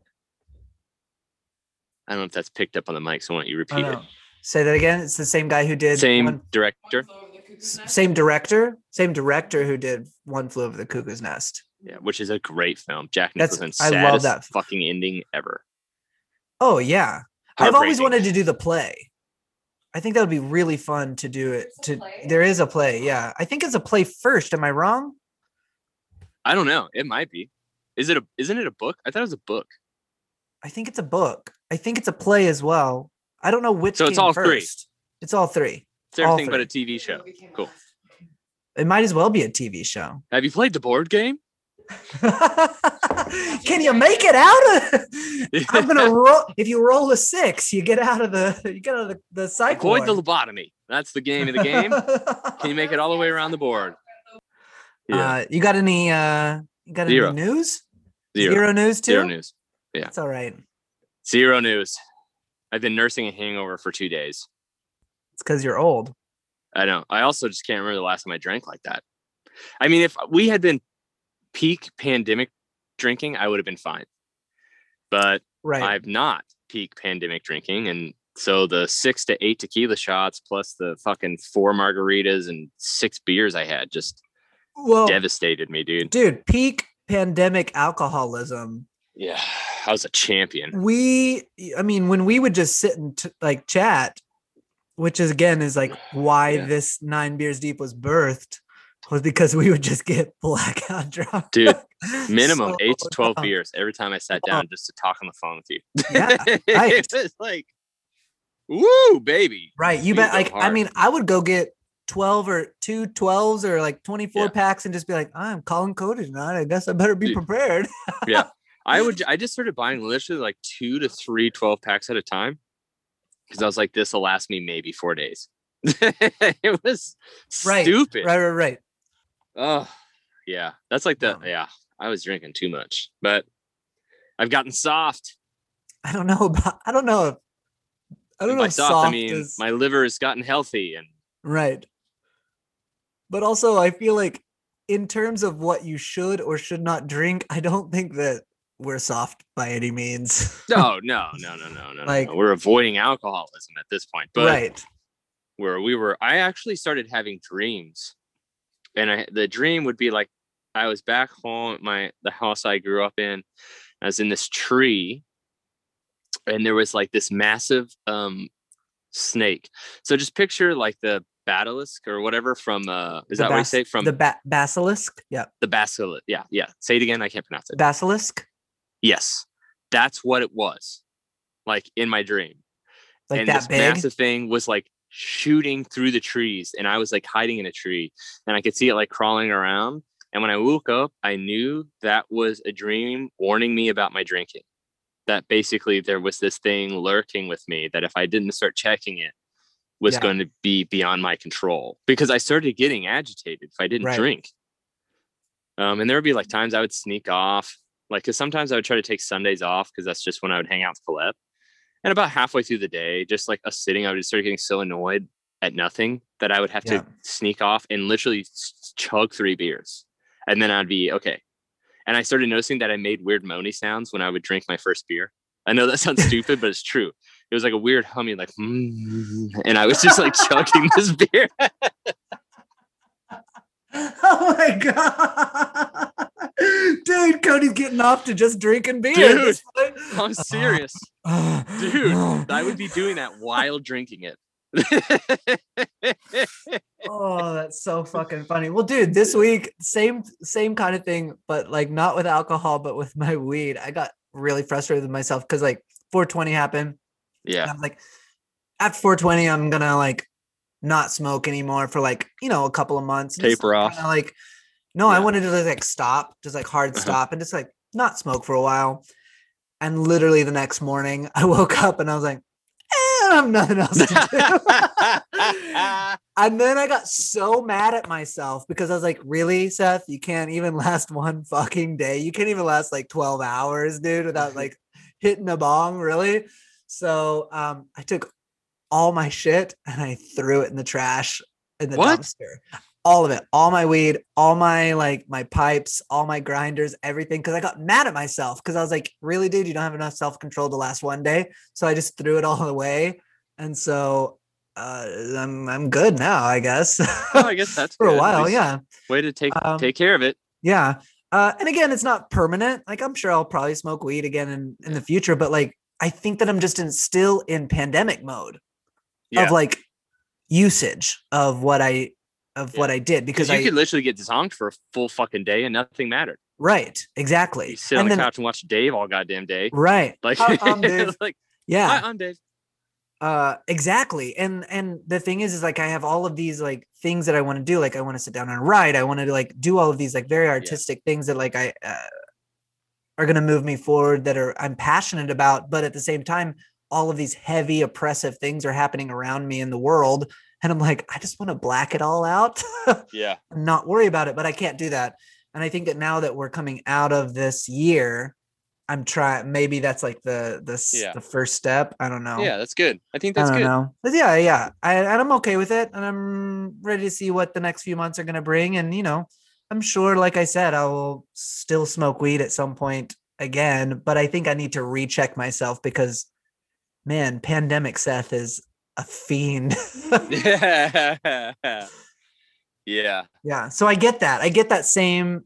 Speaker 2: I don't know if that's picked up on the mic, so why don't you
Speaker 3: I
Speaker 2: repeat
Speaker 3: don't know. Say that again. It's the same guy who
Speaker 2: it?
Speaker 3: did
Speaker 2: Same
Speaker 3: one-
Speaker 2: director.
Speaker 4: One Flew Over the Cuckoo's
Speaker 3: s-
Speaker 4: Nest.
Speaker 3: same director, same director who did One Flew Over the Cuckoo's Nest.
Speaker 2: Yeah, which is a great film. Jack
Speaker 3: That's-
Speaker 2: Nicholson's
Speaker 3: I love
Speaker 2: saddest
Speaker 3: that.
Speaker 2: fucking ending ever.
Speaker 3: Oh yeah, I've always
Speaker 2: Heartbreaking.
Speaker 3: wanted to do the play. I think that would be really fun to do it.
Speaker 4: There's a
Speaker 3: To
Speaker 4: play?
Speaker 3: there is a play, yeah. I think it's a play first. Am I wrong?
Speaker 2: I don't know. It might be. Is it a? Isn't it a book? I thought it was a book.
Speaker 3: I think it's a book. I think it's a play as well. I don't know which.
Speaker 2: So it's
Speaker 3: came
Speaker 2: all three.
Speaker 3: first. It's all three.
Speaker 2: It's
Speaker 3: All
Speaker 2: everything but a TV show.
Speaker 4: Movie came
Speaker 2: Cool.
Speaker 4: out.
Speaker 3: It might as well be a TV show.
Speaker 2: Have you played the board game?
Speaker 3: Can you make it out of? I'm gonna roll. If you roll a six, you get out of the. You get out of the, the cycle.
Speaker 2: Avoid the lobotomy. That's the game of the game. Can you make it all the way around the board? Yeah.
Speaker 3: Uh, you got any? Uh, you got
Speaker 2: Zero.
Speaker 3: any news?
Speaker 2: Zero.
Speaker 3: news too.
Speaker 2: Zero news.
Speaker 3: It's all right.
Speaker 2: Zero news. I've been nursing a hangover for two days.
Speaker 3: It's because you're old.
Speaker 2: I know. I also just can't remember the last time I drank like that. I mean, if we had been peak pandemic drinking, I would have been fine. But
Speaker 3: Right.
Speaker 2: I've not peak pandemic drinking. And so the six to eight tequila shots plus the fucking four margaritas and six beers I had just
Speaker 3: well,
Speaker 2: devastated me, dude.
Speaker 3: dude, peak pandemic alcoholism.
Speaker 2: Yeah. I was a champion.
Speaker 3: We, I mean, when we would just sit and t- like chat, which is again is like why
Speaker 2: Yeah.
Speaker 3: this nine beers deep was birthed, was because we would just get blackout drunk,
Speaker 2: Dude, Minimum
Speaker 3: So
Speaker 2: eight to 12
Speaker 3: drunk.
Speaker 2: beers every time I sat down just to talk on the phone with you.
Speaker 3: Yeah, right.
Speaker 2: it was like, woo, baby.
Speaker 3: Right. You
Speaker 2: Dude,
Speaker 3: bet.
Speaker 2: go
Speaker 3: Like, I
Speaker 2: hard.
Speaker 3: mean, I would go get 12 or two 12s or like 24
Speaker 2: Yeah.
Speaker 3: packs and just be like, I'm calling Cody tonight. I guess I better be
Speaker 2: Dude.
Speaker 3: prepared.
Speaker 2: I would, I just started buying literally like two to three 12 packs at a time because I was like, this will last me maybe four days. it was
Speaker 3: Right,
Speaker 2: stupid.
Speaker 3: Right. Right. Right.
Speaker 2: Oh, yeah. That's like the,
Speaker 3: No.
Speaker 2: yeah, I was drinking too much, but I've gotten soft.
Speaker 3: I don't know about, I don't know if, I don't
Speaker 2: And
Speaker 3: know
Speaker 2: by
Speaker 3: if
Speaker 2: soft,
Speaker 3: soft
Speaker 2: I mean,
Speaker 3: is
Speaker 2: my liver has gotten healthy and
Speaker 3: right. But also, I feel like in terms of what you should or should not drink, I don't think that we're soft by any means.
Speaker 2: no, no, no, no, no, no,
Speaker 3: Like-
Speaker 2: no. We're avoiding alcoholism at this point, but
Speaker 3: right.
Speaker 2: where we were i actually started having dreams and i the dream would be like i was back home at my the house i grew up in i was in this tree and there was like this massive um snake so just picture like the basilisk or whatever from uh is
Speaker 3: The
Speaker 2: that what you
Speaker 3: bas-
Speaker 2: say from Uh,
Speaker 3: the
Speaker 2: the,
Speaker 3: ba- basilisk? Yeah.
Speaker 2: basilisk yeah yeah say it again i can't pronounce it
Speaker 3: Basilisk.
Speaker 2: yes that's what it was like in my dream
Speaker 3: Like
Speaker 2: and
Speaker 3: that
Speaker 2: this
Speaker 3: big.
Speaker 2: massive thing was like shooting through the trees and i was like hiding in a tree and i could see it like crawling around and when i woke up i knew that was a dream warning me about my drinking that basically there was this thing lurking with me that if i didn't start checking it was
Speaker 3: Yeah.
Speaker 2: going to be beyond my control because i started getting agitated if i didn't
Speaker 3: Right.
Speaker 2: drink um, and there would be like times i would sneak off like because sometimes i would try to take sundays off because that's just when i would hang out with colette and about halfway through the day, just like us sitting, I would just start getting so annoyed at nothing that I would have
Speaker 3: Yeah.
Speaker 2: to sneak off and literally s- chug three beers. And then I'd be okay. And I started noticing that I made weird moany sounds when I would drink my first beer. I know that sounds stupid, but it's true. It was like a weird humming, like, and I was just like chugging this beer.
Speaker 3: Oh my god, dude! Cody's getting off to just drinking beer. at
Speaker 2: Dude,
Speaker 3: this point.
Speaker 2: I'm serious.
Speaker 3: Ah, ah,
Speaker 2: Dude,
Speaker 3: ah.
Speaker 2: I would be doing that while drinking it.
Speaker 3: Oh, that's so fucking funny. Well, dude, this week same same kind of thing, but like not with alcohol, but with my weed. I got really frustrated with myself because like 420 happened.
Speaker 2: yeah.
Speaker 3: And I'm like, after 420, I'm gonna like not smoke anymore for like you know a couple of months. and just
Speaker 2: Taper off.
Speaker 3: kinda, like, no, I
Speaker 2: Yeah.
Speaker 3: wanted to just, like stop, just like hard
Speaker 2: Uh-huh.
Speaker 3: stop, and just like not smoke for a while. And literally the next morning, I woke up and I was like, eh, I don't have nothing else to do. and then I got so mad at myself because I was like, really, Seth, you can't even last one fucking day. You can't even last like 12 hours, dude, without like hitting a bong, really. So um, I took all my shit and I threw it in the trash in the
Speaker 2: What?
Speaker 3: dumpster. All of it, all my weed, all my like my pipes, all my grinders, everything. Cause I got mad at myself because I was like, really, dude, you don't have enough self control to last one day. So I just threw it all away. And so uh, I'm I'm good now, I guess.
Speaker 2: oh, I guess that's
Speaker 3: for
Speaker 2: good.
Speaker 3: a
Speaker 2: At
Speaker 3: while,
Speaker 2: least
Speaker 3: yeah,
Speaker 2: Way to take
Speaker 3: Um,
Speaker 2: take care of it.
Speaker 3: yeah. Uh, and again, it's not permanent. Like I'm sure I'll probably smoke weed again in, in the future, but like I think that I'm just in still in pandemic mode
Speaker 2: Yeah.
Speaker 3: of like usage of what I of what I did because
Speaker 2: Because you
Speaker 3: I
Speaker 2: could literally get dishonked for a full fucking day and nothing mattered.
Speaker 3: right
Speaker 2: You
Speaker 3: exactly
Speaker 2: sit on
Speaker 3: and
Speaker 2: the
Speaker 3: then
Speaker 2: couch and watch Dave all goddamn day.
Speaker 3: right
Speaker 2: Like,
Speaker 3: Hi, I'm Dave.
Speaker 2: like
Speaker 3: yeah
Speaker 2: hi, I'm Dave.
Speaker 3: uh exactly and and the thing is is like i have all of these like things that i want to do like i want to sit down and write i want to like do all of these like very artistic things that like i uh, are going to move me forward that are i'm passionate about but at the same time all of these heavy oppressive things are happening around me in the world and i'm like i just want to black it all out
Speaker 2: Yeah.
Speaker 3: and not worry about it, but I can't do that. And I think that now that we're coming out of this year, I'm trying. Maybe that's like the the s-
Speaker 2: Yeah.
Speaker 3: the first step. I don't know.
Speaker 2: Yeah, that's good. I think
Speaker 3: I
Speaker 2: that's
Speaker 3: don't
Speaker 2: good.
Speaker 3: know. But yeah, yeah. I, and I'm okay with it, and I'm ready to see what the next few months are going to bring. And you know, I'm sure, like I said, I will still smoke weed at some point again. But I think I need to recheck myself because, man, pandemic Seth is a fiend.
Speaker 2: Yeah. yeah.
Speaker 3: Yeah. So I get that. I get that same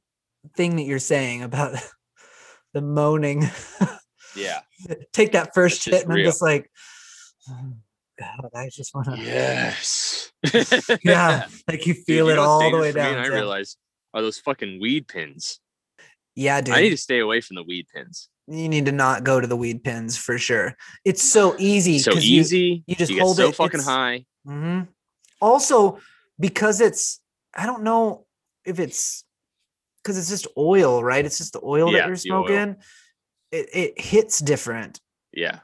Speaker 3: thing that you're saying about the moaning.
Speaker 2: Yeah.
Speaker 3: Take that first
Speaker 2: It's
Speaker 3: hit,
Speaker 2: just
Speaker 3: and I'm
Speaker 2: real.
Speaker 3: just like, "Oh, God, I just want to.
Speaker 2: Yes.
Speaker 3: Yeah. Like you
Speaker 2: Dude,
Speaker 3: feel
Speaker 2: you
Speaker 3: it
Speaker 2: know what's
Speaker 3: all the way
Speaker 2: dangerous for me
Speaker 3: down.
Speaker 2: and
Speaker 3: yeah.
Speaker 2: I realized are those fucking weed pins.
Speaker 3: yeah, dude.
Speaker 2: I need to stay away from the weed pins.
Speaker 3: you need to not go to the weed pins for sure. It's so easy.
Speaker 2: So
Speaker 3: 'cause you-
Speaker 2: easy.
Speaker 3: you just
Speaker 2: get
Speaker 3: hold
Speaker 2: so
Speaker 3: it,
Speaker 2: fucking
Speaker 3: it's-
Speaker 2: high.
Speaker 3: hmm Also, because it's, I don't know if it's because it's just oil, right? It's just the oil
Speaker 2: Yeah,
Speaker 3: that you're
Speaker 2: the oil.
Speaker 3: smoking. It, it hits different.
Speaker 2: Yeah.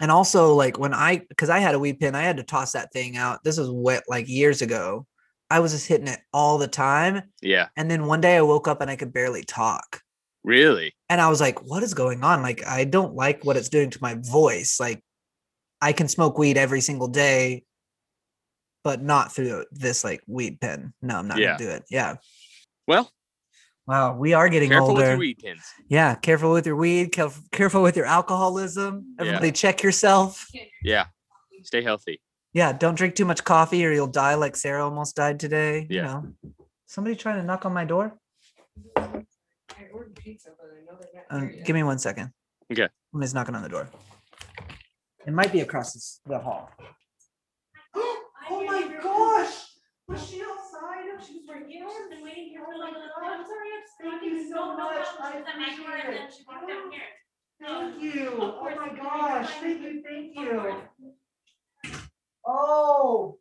Speaker 3: And also, like when I, because I had a weed pin, I had to toss that thing out. This was wet like years ago. I was just hitting it all the time.
Speaker 2: Yeah.
Speaker 3: And then one day I woke up and I could barely talk.
Speaker 2: Really?
Speaker 3: And I was like, what is going on? Like, I don't like what it's doing to my voice. Like, I can smoke weed every single day, but not through this like weed pin. No, I'm not
Speaker 2: Yeah.
Speaker 3: going to do it. Yeah.
Speaker 2: Well,
Speaker 3: Wow. We are getting
Speaker 2: careful
Speaker 3: older.
Speaker 2: with your weed pins.
Speaker 3: Yeah. Careful with your weed. Caref- careful with your alcoholism.
Speaker 2: Yeah.
Speaker 3: Everybody check yourself.
Speaker 2: Yeah. Stay healthy.
Speaker 3: Yeah, don't drink too much coffee or you'll die like Sarah almost died today. You
Speaker 2: Yeah.
Speaker 3: know. Somebody trying to knock on my door?
Speaker 4: I ordered pizza, but I know they're not
Speaker 3: Um,
Speaker 4: there yet.
Speaker 3: give me one second.
Speaker 2: Okay.
Speaker 3: Somebody's knocking on the door. It might be across this- the hall.
Speaker 4: oh my gosh! Was she outside? Oh, She was right here. I've been waiting here. Oh my god! Thank you so much. I appreciate it. Thank you. Oh my gosh! Thank you. Thank you.
Speaker 3: Oh,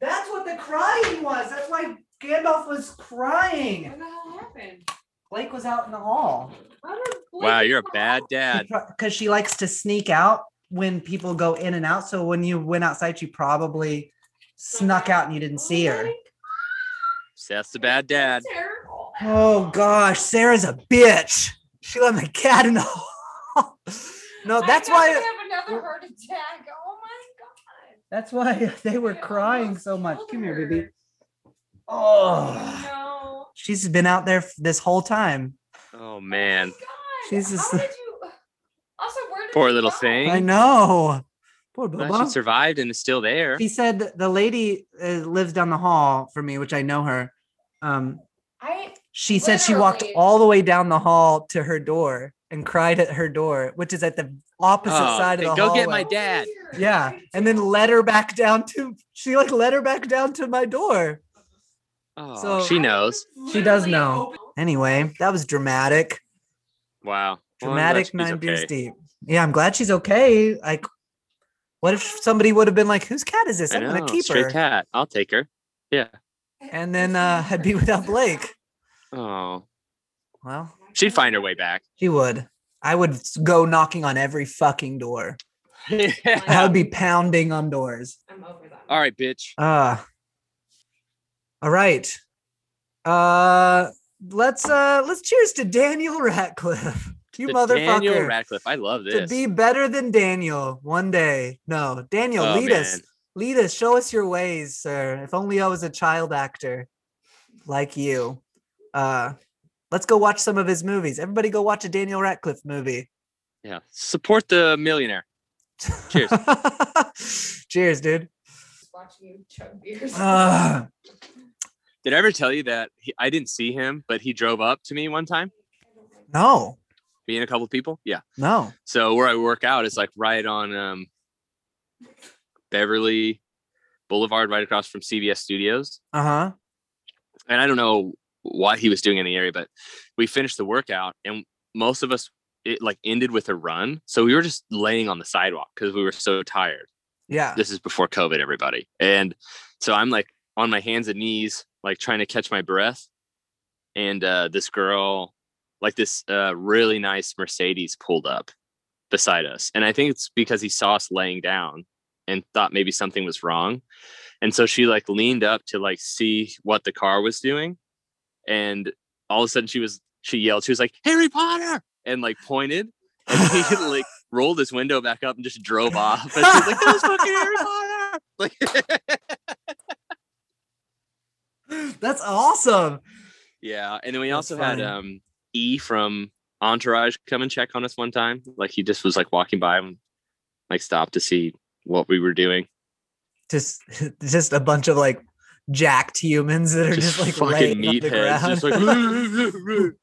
Speaker 3: that's what the crying was. That's why Gandalf was crying.
Speaker 4: What the hell happened?
Speaker 3: Blake was out in the hall
Speaker 4: How did Blake
Speaker 2: Wow, you're a
Speaker 4: come
Speaker 2: bad
Speaker 4: out?
Speaker 2: dad.
Speaker 3: because she likes to sneak out when people go in and out. So when you went outside, you probably snuck out and you didn't see her.
Speaker 2: Seth's a bad dad.
Speaker 4: Terrible.
Speaker 3: Oh gosh, Sarah's a bitch. She let my cat in the hall. No,
Speaker 4: I
Speaker 3: that's
Speaker 4: know we
Speaker 3: why
Speaker 4: have another heart attack. Oh my god.
Speaker 3: that's why they were crying so much. Come here, baby. Oh,
Speaker 4: Oh.
Speaker 3: she's been out there f- this whole time.
Speaker 2: Oh man.
Speaker 3: She's just-
Speaker 4: How did you? Also, where did
Speaker 2: Poor
Speaker 4: you
Speaker 2: little
Speaker 4: go?
Speaker 2: thing.
Speaker 3: I know. Poor
Speaker 2: Glad she
Speaker 3: Bubba.
Speaker 2: survived and is still there.
Speaker 3: She said that the lady uh, lives down the hall from me, which I know her. Um,
Speaker 4: I
Speaker 3: she said she walked
Speaker 4: Literally.
Speaker 3: all the way down the hall to her door and cried at her door, which is at the opposite
Speaker 2: Oh,
Speaker 3: side of
Speaker 2: hey,
Speaker 3: the
Speaker 2: go get
Speaker 3: hallway.
Speaker 2: my dad.
Speaker 4: Weird.
Speaker 3: Yeah, and then let her back down to she like let her back down to my door.
Speaker 2: Oh,
Speaker 3: So-
Speaker 2: she knows.
Speaker 3: She does
Speaker 4: Literally
Speaker 3: know.
Speaker 4: open-
Speaker 3: Anyway, that was dramatic.
Speaker 2: Wow. Well, I'm glad
Speaker 3: Dramatic
Speaker 2: she's
Speaker 3: nine beers
Speaker 2: okay.
Speaker 3: deep. Yeah, I'm glad she's okay. Like, what if somebody would have been like, "Whose cat is this?
Speaker 2: I
Speaker 3: I'm
Speaker 2: know.
Speaker 3: gonna keep
Speaker 2: Stray
Speaker 3: her,"
Speaker 2: cat. I'll take her. Yeah.
Speaker 3: and then uh, I'd be without Blake.
Speaker 2: Oh.
Speaker 3: Well,
Speaker 2: She'd find her way back.
Speaker 3: she would. I would go knocking on every fucking door. I
Speaker 2: yeah.
Speaker 3: would be pounding on doors.
Speaker 4: I'm over that.
Speaker 2: All right, bitch.
Speaker 3: Uh all right. Uh let's uh let's cheers to Daniel Ratcliffe. You
Speaker 2: To Daniel
Speaker 3: motherfucker.
Speaker 2: Radcliffe. I love
Speaker 3: to
Speaker 2: this.
Speaker 3: be better than Daniel one day. No, Daniel,
Speaker 2: Oh,
Speaker 3: lead us.
Speaker 2: man.
Speaker 3: Lead us. Show us your ways, sir. If only I was a child actor like you. Uh let's go watch some of his movies. Everybody go watch a Daniel Ratcliffe movie.
Speaker 2: Yeah. Support the millionaire. Cheers.
Speaker 3: cheers, dude.
Speaker 4: Just watching you chug beers.
Speaker 3: Uh,
Speaker 2: Did I ever tell you that he, I didn't see him, but he drove up to me one time
Speaker 3: No,
Speaker 2: Being a couple people, yeah.
Speaker 3: no.
Speaker 2: So where I work out is like right on um, Beverly Boulevard, right across from CBS Studios.
Speaker 3: Uh huh.
Speaker 2: And I don't know what he was doing in the area, but we finished the workout, and most of us it like ended with a run. So we were just laying on the sidewalk because we were so tired.
Speaker 3: Yeah.
Speaker 2: This is before COVID, everybody, and so I'm like on my hands and knees, like trying to catch my breath, and uh, this girl, like this uh, really nice Mercedes, pulled up beside us. And I think it's because he saw us laying down and thought maybe something was wrong. And so she like leaned up to like see what the car was doing. And all of a sudden she was she yelled, she was like, Harry Potter, and like pointed. And he like rolled his window back up and just drove off. And she's like, That was fucking Harry Potter. Like
Speaker 3: That's awesome.
Speaker 2: Yeah. And then we
Speaker 3: That's
Speaker 2: also
Speaker 3: funny.
Speaker 2: had um E from Entourage come and check on us one time. Like he just was like walking by and like stopped to see what we were doing.
Speaker 3: Just, just a bunch of like jacked humans that are just, like laying on the ground.
Speaker 2: Just like,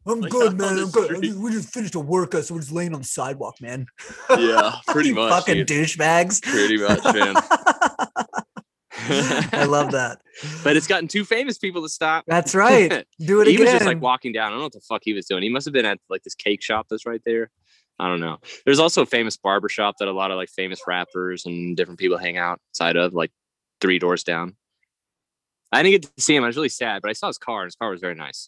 Speaker 3: I'm
Speaker 2: like,
Speaker 3: good,
Speaker 2: on
Speaker 3: man.
Speaker 2: the
Speaker 3: I'm good. I
Speaker 2: street.
Speaker 3: just- we just finished a workout, so we're just laying on the sidewalk, man.
Speaker 2: yeah, pretty
Speaker 3: You
Speaker 2: much.
Speaker 3: Fucking
Speaker 2: dude.
Speaker 3: douchebags.
Speaker 2: Pretty much, man.
Speaker 3: I love that.
Speaker 2: But it's gotten two famous people to stop.
Speaker 3: That's right. Do it
Speaker 2: he
Speaker 3: again.
Speaker 2: was just like walking down. I don't know what the fuck he was doing. He must have been at like this cake shop that's right there. I don't know. There's also a famous barber shop that a lot of like famous rappers and different people hang out side of, like three doors down. I didn't get to see him. I was really sad, but I saw his car. and His car was very nice.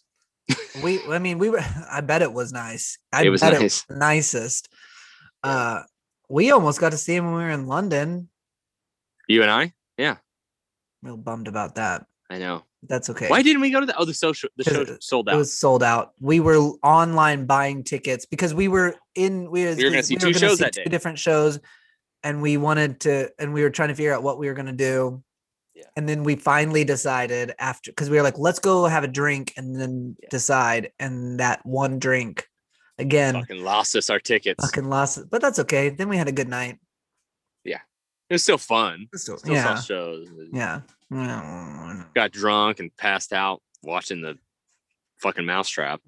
Speaker 3: we, I mean, we were. I bet it was nice. I
Speaker 2: it was
Speaker 3: bet
Speaker 2: nice.
Speaker 3: it was nicest. Uh, we almost got to see him when we were in London.
Speaker 2: You and I?
Speaker 3: Real bummed about that.
Speaker 2: I know.
Speaker 3: That's okay.
Speaker 2: Why didn't we go to the oh the social the
Speaker 3: 'Cause
Speaker 2: show sold
Speaker 3: It
Speaker 2: out.
Speaker 3: was sold out. We were l- online buying tickets because we were in. We, was-
Speaker 2: We were gonna see two
Speaker 3: gonna
Speaker 2: shows that day.
Speaker 3: Two different shows, and we wanted to, and we were trying to figure out what we were gonna do.
Speaker 2: Yeah.
Speaker 3: And then we finally decided after because we were like, let's go have a drink and then
Speaker 2: Yeah.
Speaker 3: decide. And that one drink, again, fucking,
Speaker 2: Fucking lost us our tickets.
Speaker 3: lost. it, But that's okay. Then we had a good night.
Speaker 2: It was still fun. Still
Speaker 3: yeah.
Speaker 2: saw shows.
Speaker 3: yeah. Yeah.
Speaker 2: Got drunk and passed out watching the fucking mousetrap.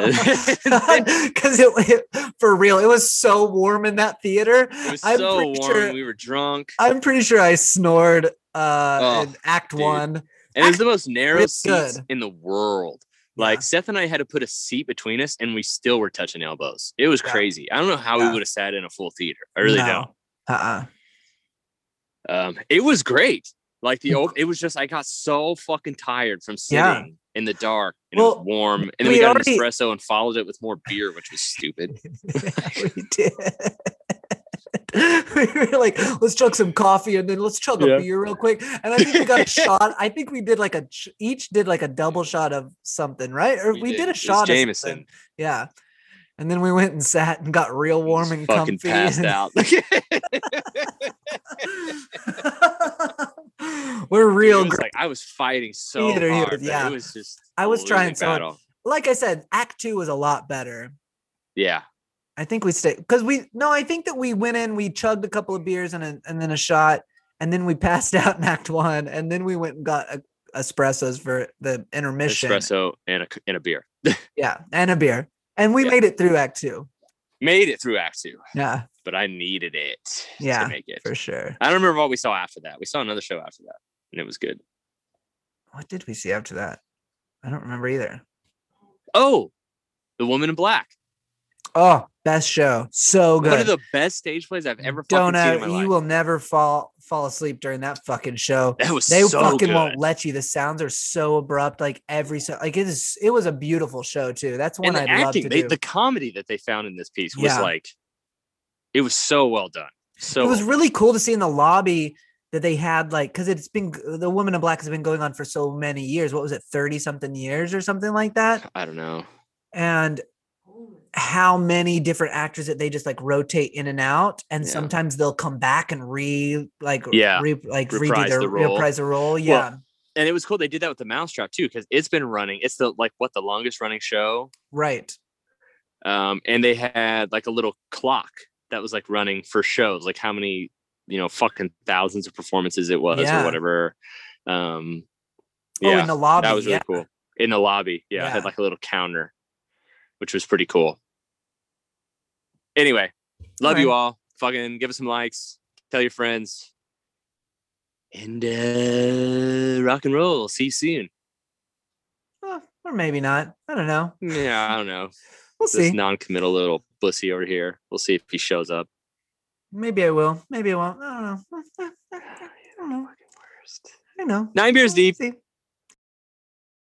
Speaker 2: it
Speaker 3: Because it, it for real, it was so warm in that theater.
Speaker 2: was
Speaker 3: I'm
Speaker 2: so warm.
Speaker 3: pretty sure-
Speaker 2: We were drunk.
Speaker 3: I'm pretty sure I snored uh
Speaker 2: Oh,
Speaker 3: in act
Speaker 2: dude.
Speaker 3: one.
Speaker 2: And it was the most narrow
Speaker 3: It's
Speaker 2: seats
Speaker 3: good.
Speaker 2: in the world. Like Seth and I had to put a seat between us, and we still were touching elbows. It was
Speaker 3: Yeah.
Speaker 2: crazy. I don't know how
Speaker 3: Yeah.
Speaker 2: we would have sat in a full theater. I really
Speaker 3: Uh uh
Speaker 2: don't. Um, it was great. Like the old, it was just I got so fucking tired from sitting
Speaker 3: Yeah.
Speaker 2: in the dark and it
Speaker 3: Well,
Speaker 2: was warm, and then
Speaker 3: we
Speaker 2: we got
Speaker 3: already-
Speaker 2: an espresso and followed it with more beer, which was stupid.
Speaker 3: we did. we were like, let's chug some coffee and then let's chug
Speaker 2: Yeah.
Speaker 3: a beer real quick. And I think we got a shot. I think we did like a ch- each did like a double shot of something, right? Or we, did.
Speaker 2: Mm-hmm.
Speaker 3: a
Speaker 2: It was
Speaker 3: shot of
Speaker 2: Jameson
Speaker 3: something. Yeah. And then we went and sat and got real
Speaker 2: We
Speaker 3: warm
Speaker 2: just
Speaker 3: and
Speaker 2: fucking
Speaker 3: comfy.
Speaker 2: passed
Speaker 3: and-
Speaker 2: out.
Speaker 3: we're real
Speaker 2: It was
Speaker 3: great.
Speaker 2: like I was fighting so
Speaker 3: Theater, he
Speaker 2: hard.
Speaker 3: was-
Speaker 2: but
Speaker 3: yeah.
Speaker 2: It was just
Speaker 3: I was
Speaker 2: a
Speaker 3: trying
Speaker 2: losing
Speaker 3: so hard.
Speaker 2: battle.
Speaker 3: like I said, act two was a lot better.
Speaker 2: Yeah.
Speaker 3: I think we stayed because we no, I think that we went in, we chugged a couple of beers and a, and then a shot, and then we passed out in Act One, and then we went and got a, espressos for the intermission.
Speaker 2: Espresso and a, c- and a beer.
Speaker 3: Yeah, and a beer, and we
Speaker 2: Yeah.
Speaker 3: made it through Act Two.
Speaker 2: Made it through Act Two,
Speaker 3: Yeah,
Speaker 2: but I needed it
Speaker 3: Yeah,
Speaker 2: to make it.
Speaker 3: for sure.
Speaker 2: I don't remember what we saw after that. We saw another show after that, and it was good.
Speaker 3: What did we see after that? I don't remember either.
Speaker 2: Oh, The Woman in Black.
Speaker 3: Oh, best show, so
Speaker 2: One
Speaker 3: good.
Speaker 2: of the best stage plays I've ever fucking
Speaker 3: Don't
Speaker 2: seen
Speaker 3: know.
Speaker 2: in my
Speaker 3: You
Speaker 2: life.
Speaker 3: will never fall fall asleep during that fucking show.
Speaker 2: That was
Speaker 3: they
Speaker 2: so
Speaker 3: fucking
Speaker 2: good.
Speaker 3: won't let you. The sounds are so abrupt. Like every so like it is. It was a beautiful show too. That's one
Speaker 2: and the
Speaker 3: I'd love
Speaker 2: acting,
Speaker 3: to
Speaker 2: they,
Speaker 3: do.
Speaker 2: the comedy that they found in this piece was
Speaker 3: Yeah.
Speaker 2: like, it was so well done. So
Speaker 3: it was
Speaker 2: well
Speaker 3: really cool to see in the lobby that they had like because it's been g- the woman in black has been going on for so many years. What was it, thirty something years or something like that?
Speaker 2: done. I don't know.
Speaker 3: And
Speaker 4: Oh
Speaker 3: how many different actors that they just like rotate in and out, and
Speaker 2: Yeah.
Speaker 3: sometimes they'll come back and re like
Speaker 2: Yeah,
Speaker 3: re, like redo
Speaker 2: reprise
Speaker 3: their
Speaker 2: the role.
Speaker 3: reprise a role. Yeah,
Speaker 2: and it was cool they did that with the mousetrap too because it's been running it's the like what the longest running show
Speaker 3: right.
Speaker 2: um and they had like a little clock that was like running for shows like how many you know fucking thousands of performances it was
Speaker 3: Yeah.
Speaker 2: or whatever um
Speaker 3: oh,
Speaker 2: yeah
Speaker 3: in the lobby.
Speaker 2: that was really
Speaker 3: yeah.
Speaker 2: cool in the lobby yeah, i
Speaker 3: Yeah.
Speaker 2: had like a little counter which was pretty cool. Anyway, love you
Speaker 3: Alright.
Speaker 2: all. Fucking give us some likes. Tell your friends. And uh, rock and roll. See you soon.
Speaker 3: Oh, or maybe not. I don't know.
Speaker 2: Yeah, I don't know.
Speaker 3: We'll
Speaker 2: This
Speaker 3: see.
Speaker 2: non-committal little pussy over here. We'll see if he shows up.
Speaker 3: Maybe I will. Maybe I won't. I don't know. I don't know. I know.
Speaker 2: Nine beers deep.
Speaker 3: See.